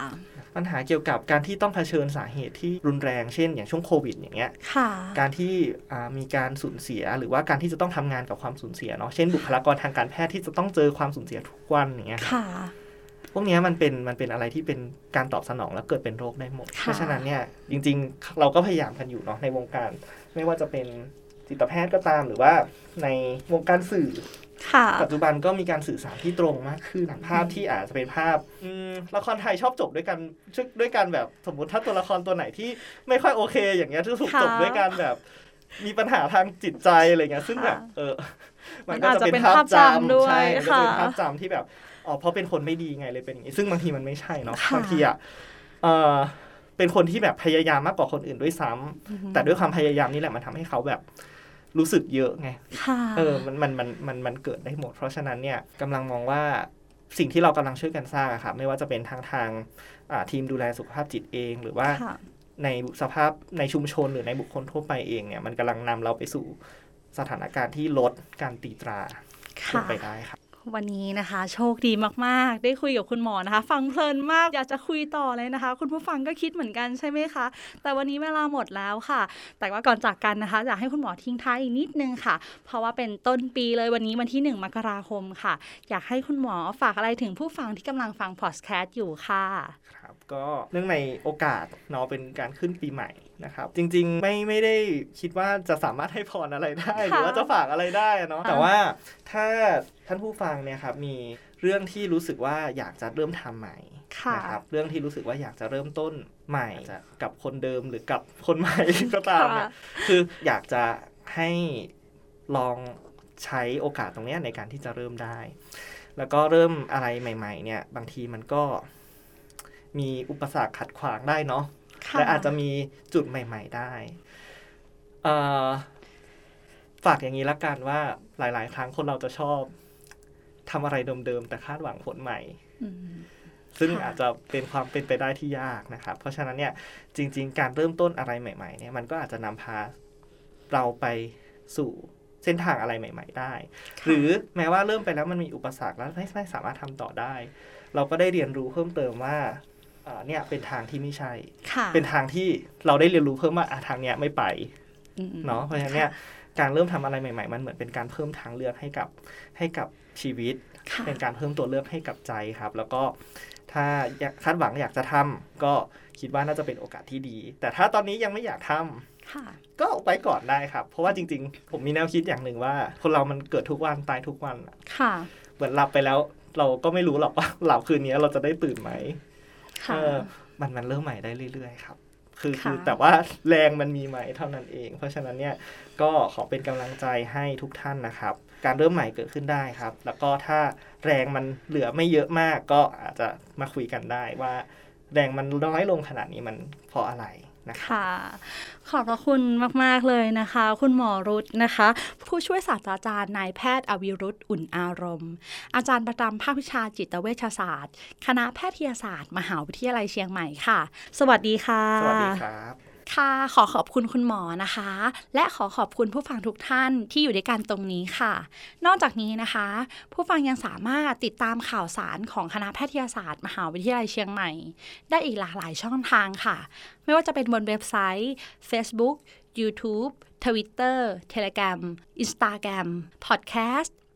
Speaker 3: ปัญหาเกี่ยวกับการที่ต้องเผชิญสาเหตุที่รุนแรงเช่น อย่างช่วงโควิดอย่างเงี้ย
Speaker 2: ค่ะ
Speaker 3: การที่อ่ามีการสูญเสียหรือว่าการที่จะต้องทำงานกับความสูญเสียเนาะเช่นบุคลากรทางการแพทย์ที่จะต้องเจอความสูญเสียทุกวันอย่างเงี้ยครับ
Speaker 2: ค่ะ
Speaker 3: พวกเนี้ยมันเป็นมันเป็นอะไรที่เป็นการตอบสนองแล้วเกิดเป็นโรคได้หมด
Speaker 2: ค่ะ
Speaker 3: เพราะฉะนั้นเนี่ยจริงๆเราก็พยายามกันอยู่เนาะในวงการ ไม่ว่าจะเป็นจิตแพทย์ก็ตามหรือว่าในวงการสื่อ
Speaker 2: ค่ะ
Speaker 3: ปัจจุบันก็มีการสื่อสารที่ตรงมากขึ้นภาพที่อาจจะเป็นภาพอืมละครไทยชอบจบด้วยกันชื่อด้วยการแบบสมมติถ้าตัวละครตัวไหนที่ไม่ค่อยโอเค อย่างเงี้ยที่ถูกจบ
Speaker 2: ค่ะ
Speaker 3: ด้วยการแบบ มีปัญหาทางจิตใจอะไรเงี้ยซึ่งแบบ
Speaker 2: ค่ะ
Speaker 3: เอ อ
Speaker 2: มันอาจจะเป็นภาพจำด้วย
Speaker 3: ใช่มันก็จะเป็
Speaker 2: ค่ะ
Speaker 3: นภาพจำที่แบบอ๋อเพราะเป็นคนไม่ดีไงเลยเป็นอย่างงี้ ซึ่งบางทีมันไม่ใช่เนาะ
Speaker 2: ค่ะ
Speaker 3: บางทีอ่ะเออเป็นคนที่แบบพยายามมากกว่าคนอื่นด้วยซ้ำแต่ด้วยความพยายามนี่แหละมันทำให้เขาแบบรู้สึกเยอะไง
Speaker 2: ค่ะ
Speaker 3: เออ มัน มัน มัน มัน มันเกิดได้หมด เพราะฉะนั้นเนี่ยกำลังมองว่าสิ่งที่เรากำลังช่วยกันสร้างอะครับ ไม่ว่าจะเป็นทางทางอ่าทีมดูแลสุขภาพจิตเอง หรือว่า
Speaker 2: ค่ะ
Speaker 3: ในสภาพในชุมชนหรือในบุคคลทั่วไปเองเนี่ย มันกำลังนำเราไปสู่สถานการณ์ที่ลดการตีตราลงไปได้ครับ
Speaker 2: วันนี้นะคะ โชคดีมากๆ ได้คุยกับคุณหมอนะคะ ฟังเพลินมากอยากจะคุยต่อเลยนะคะ คุณผู้ฟังก็คิดเหมือนกันใช่ไหมคะ แต่วันนี้เวลาหมดแล้วค่ะ แต่ว่าก่อนจากกันนะคะอยากให้คุณหมอทิ้งท้ายอีกนิดนึงค่ะ เพราะว่าเป็นต้นปีเลยวันนี้วันที่ 1 มกราคมค่ะ อยากให้คุณหมอฝากอะไรถึงผู้ฟังที่กำลังฟังพอดแคสต์อยู่ค่ะ
Speaker 3: ครับก็เนื่องในโอกาสเนาะเป็นการขึ้นปีใหม่นะครับ จริงๆไม่ไม่ได้คิดว่าจะสามารถให้พรอะไรได้
Speaker 2: ค่ะ
Speaker 3: หรือว่าจะฝากอะไรได้อะเนาะ
Speaker 2: ค่ะ
Speaker 3: แต่ว่าถ้าท่านผู้ฟังเนี่ยครับมีเรื่องที่รู้สึกว่าอยากจะเริ่มทำใหม่
Speaker 2: ค่ะ
Speaker 3: นะครับเรื่องที่รู้สึกว่าอยากจะเริ่มต้นใหม่กับคนเดิมหรือกับคนใหม่ ก็ตามเนี่ย
Speaker 2: ค่ะ
Speaker 3: คืออยากจะให้ลองใช้โอกาสตรงเนี้ยในการที่จะเริ่มได้ แล้วก็เริ่มอะไรใหม่ ๆ เนี่ยบางทีมันก็ มีอุปสรรคขัดขวางได้เนาะ
Speaker 2: ค่ะ
Speaker 3: และอาจจะมีจุดใหม่ ๆ ได้เอ่อฝากอย่างนี้ละกันว่าหลาย ๆ ครั้งคนเราจะชอบทำอะไรเดิม ๆ แต่คาดหวังผลใหม่
Speaker 2: อืม
Speaker 3: ซึ่ง
Speaker 2: ค่ะ
Speaker 3: อาจจะเป็นความเป็นไปได้ที่ยากนะครับ เพราะฉะนั้นเนี่ยจริง ๆ การเริ่มต้นอะไรใหม่ ๆ เนี่ยมันก็อาจจะนำพาเราไปสู่เส้นทางอะไรใหม่ ๆ ได้ หรือแม้ว่าเริ่มไปแล้วมันมีอุปสรรคแล้วไม่ไม่สามารถทำต่อได้ เราก็ได้เรียนรู้เพิ่มเติมว่าเอ่อเนี่ยเป็นทางที่ไม่ใช่
Speaker 2: ค่ะ
Speaker 3: เป็นทางที่เราได้เรียนรู้เพิ่มว่าอ่ะทางเนี้ยไม่ไป
Speaker 2: อืม
Speaker 3: เนาะเพราะฉะนั้นเนี่ยการเริ่มทำอะไรใหม่ ๆ มันเหมือนเป็นการเพิ่มทางเลือกให้กับให้กับชีวิต
Speaker 2: ค่ะ
Speaker 3: เป็นการเพิ่มตัวเลือกให้กับใจครับ แล้วก็ถ้าอยากคาดหวังอยากจะทำก็คิดว่าน่าจะเป็นโอกาสที่ดี แต่ถ้าตอนนี้ยังไม่อยากทำ
Speaker 2: ค่ะ
Speaker 3: ก็ไปก่อนได้ครับ เพราะว่าจริงๆ ผมมีแนวคิดอย่างหนึ่งว่า คนเรามันเกิดทุกวันตายทุกวันอะ
Speaker 2: ค่ะ
Speaker 3: เหมือนหลับไปแล้ว เราก็ไม่รู้หรอกว่า หลับคืนนี้เราจะได้ตื่นไหม
Speaker 2: ค่ะ
Speaker 3: เออมันมันเริ่มใหม่ได้เรื่อยๆครับ คือ
Speaker 2: ค่ะ
Speaker 3: คือแต่ว่า แรงมันมีใหม่เท่านั้นเอง เพราะฉะนั้นเนี่ยก็ขอเป็นกำลังใจให้ทุกท่านนะครับ การเริ่มใหม่เกิดขึ้นได้ครับ แล้วก็ถ้าแรงมันเหลือไม่เยอะมาก ก็อาจจะมาคุยกันได้ว่า แรงมันน้อยลงขนาดนี้มันเพราะอะไรนะครับ
Speaker 2: ค่ะ ขอบพระคุณมาก ๆ เลยนะคะ คุณหมอรุธนะคะ ผู้ช่วยศาสตราจารย์นายแพทย์อวิรุธอุ่นอารมณ์ อาจารย์ประจำภาควิชาจิตเวชศาสตร์ คณะแพทยศาสตร์ มหาวิทยาลัยเชียงใหม่ค่ะ สวัสดีค่ะ
Speaker 3: สวัสดีครับ
Speaker 2: ค่ะขอขอบคุณคุณหมอนะคะ และขอขอบคุณผู้ฟังทุกท่านที่อยู่ด้วยกันตรงนี้ค่ะ นอกจากนี้นะคะ ผู้ฟังยังสามารถติดตามข่าวสารของคณะแพทยศาสตร์ มหาวิทยาลัยเชียงใหม่ ได้อีกหลากหลายช่องทางค่ะ ไม่ว่าจะเป็นบนเว็บไซต์ Facebook YouTube Twitter Telegram Instagram Podcast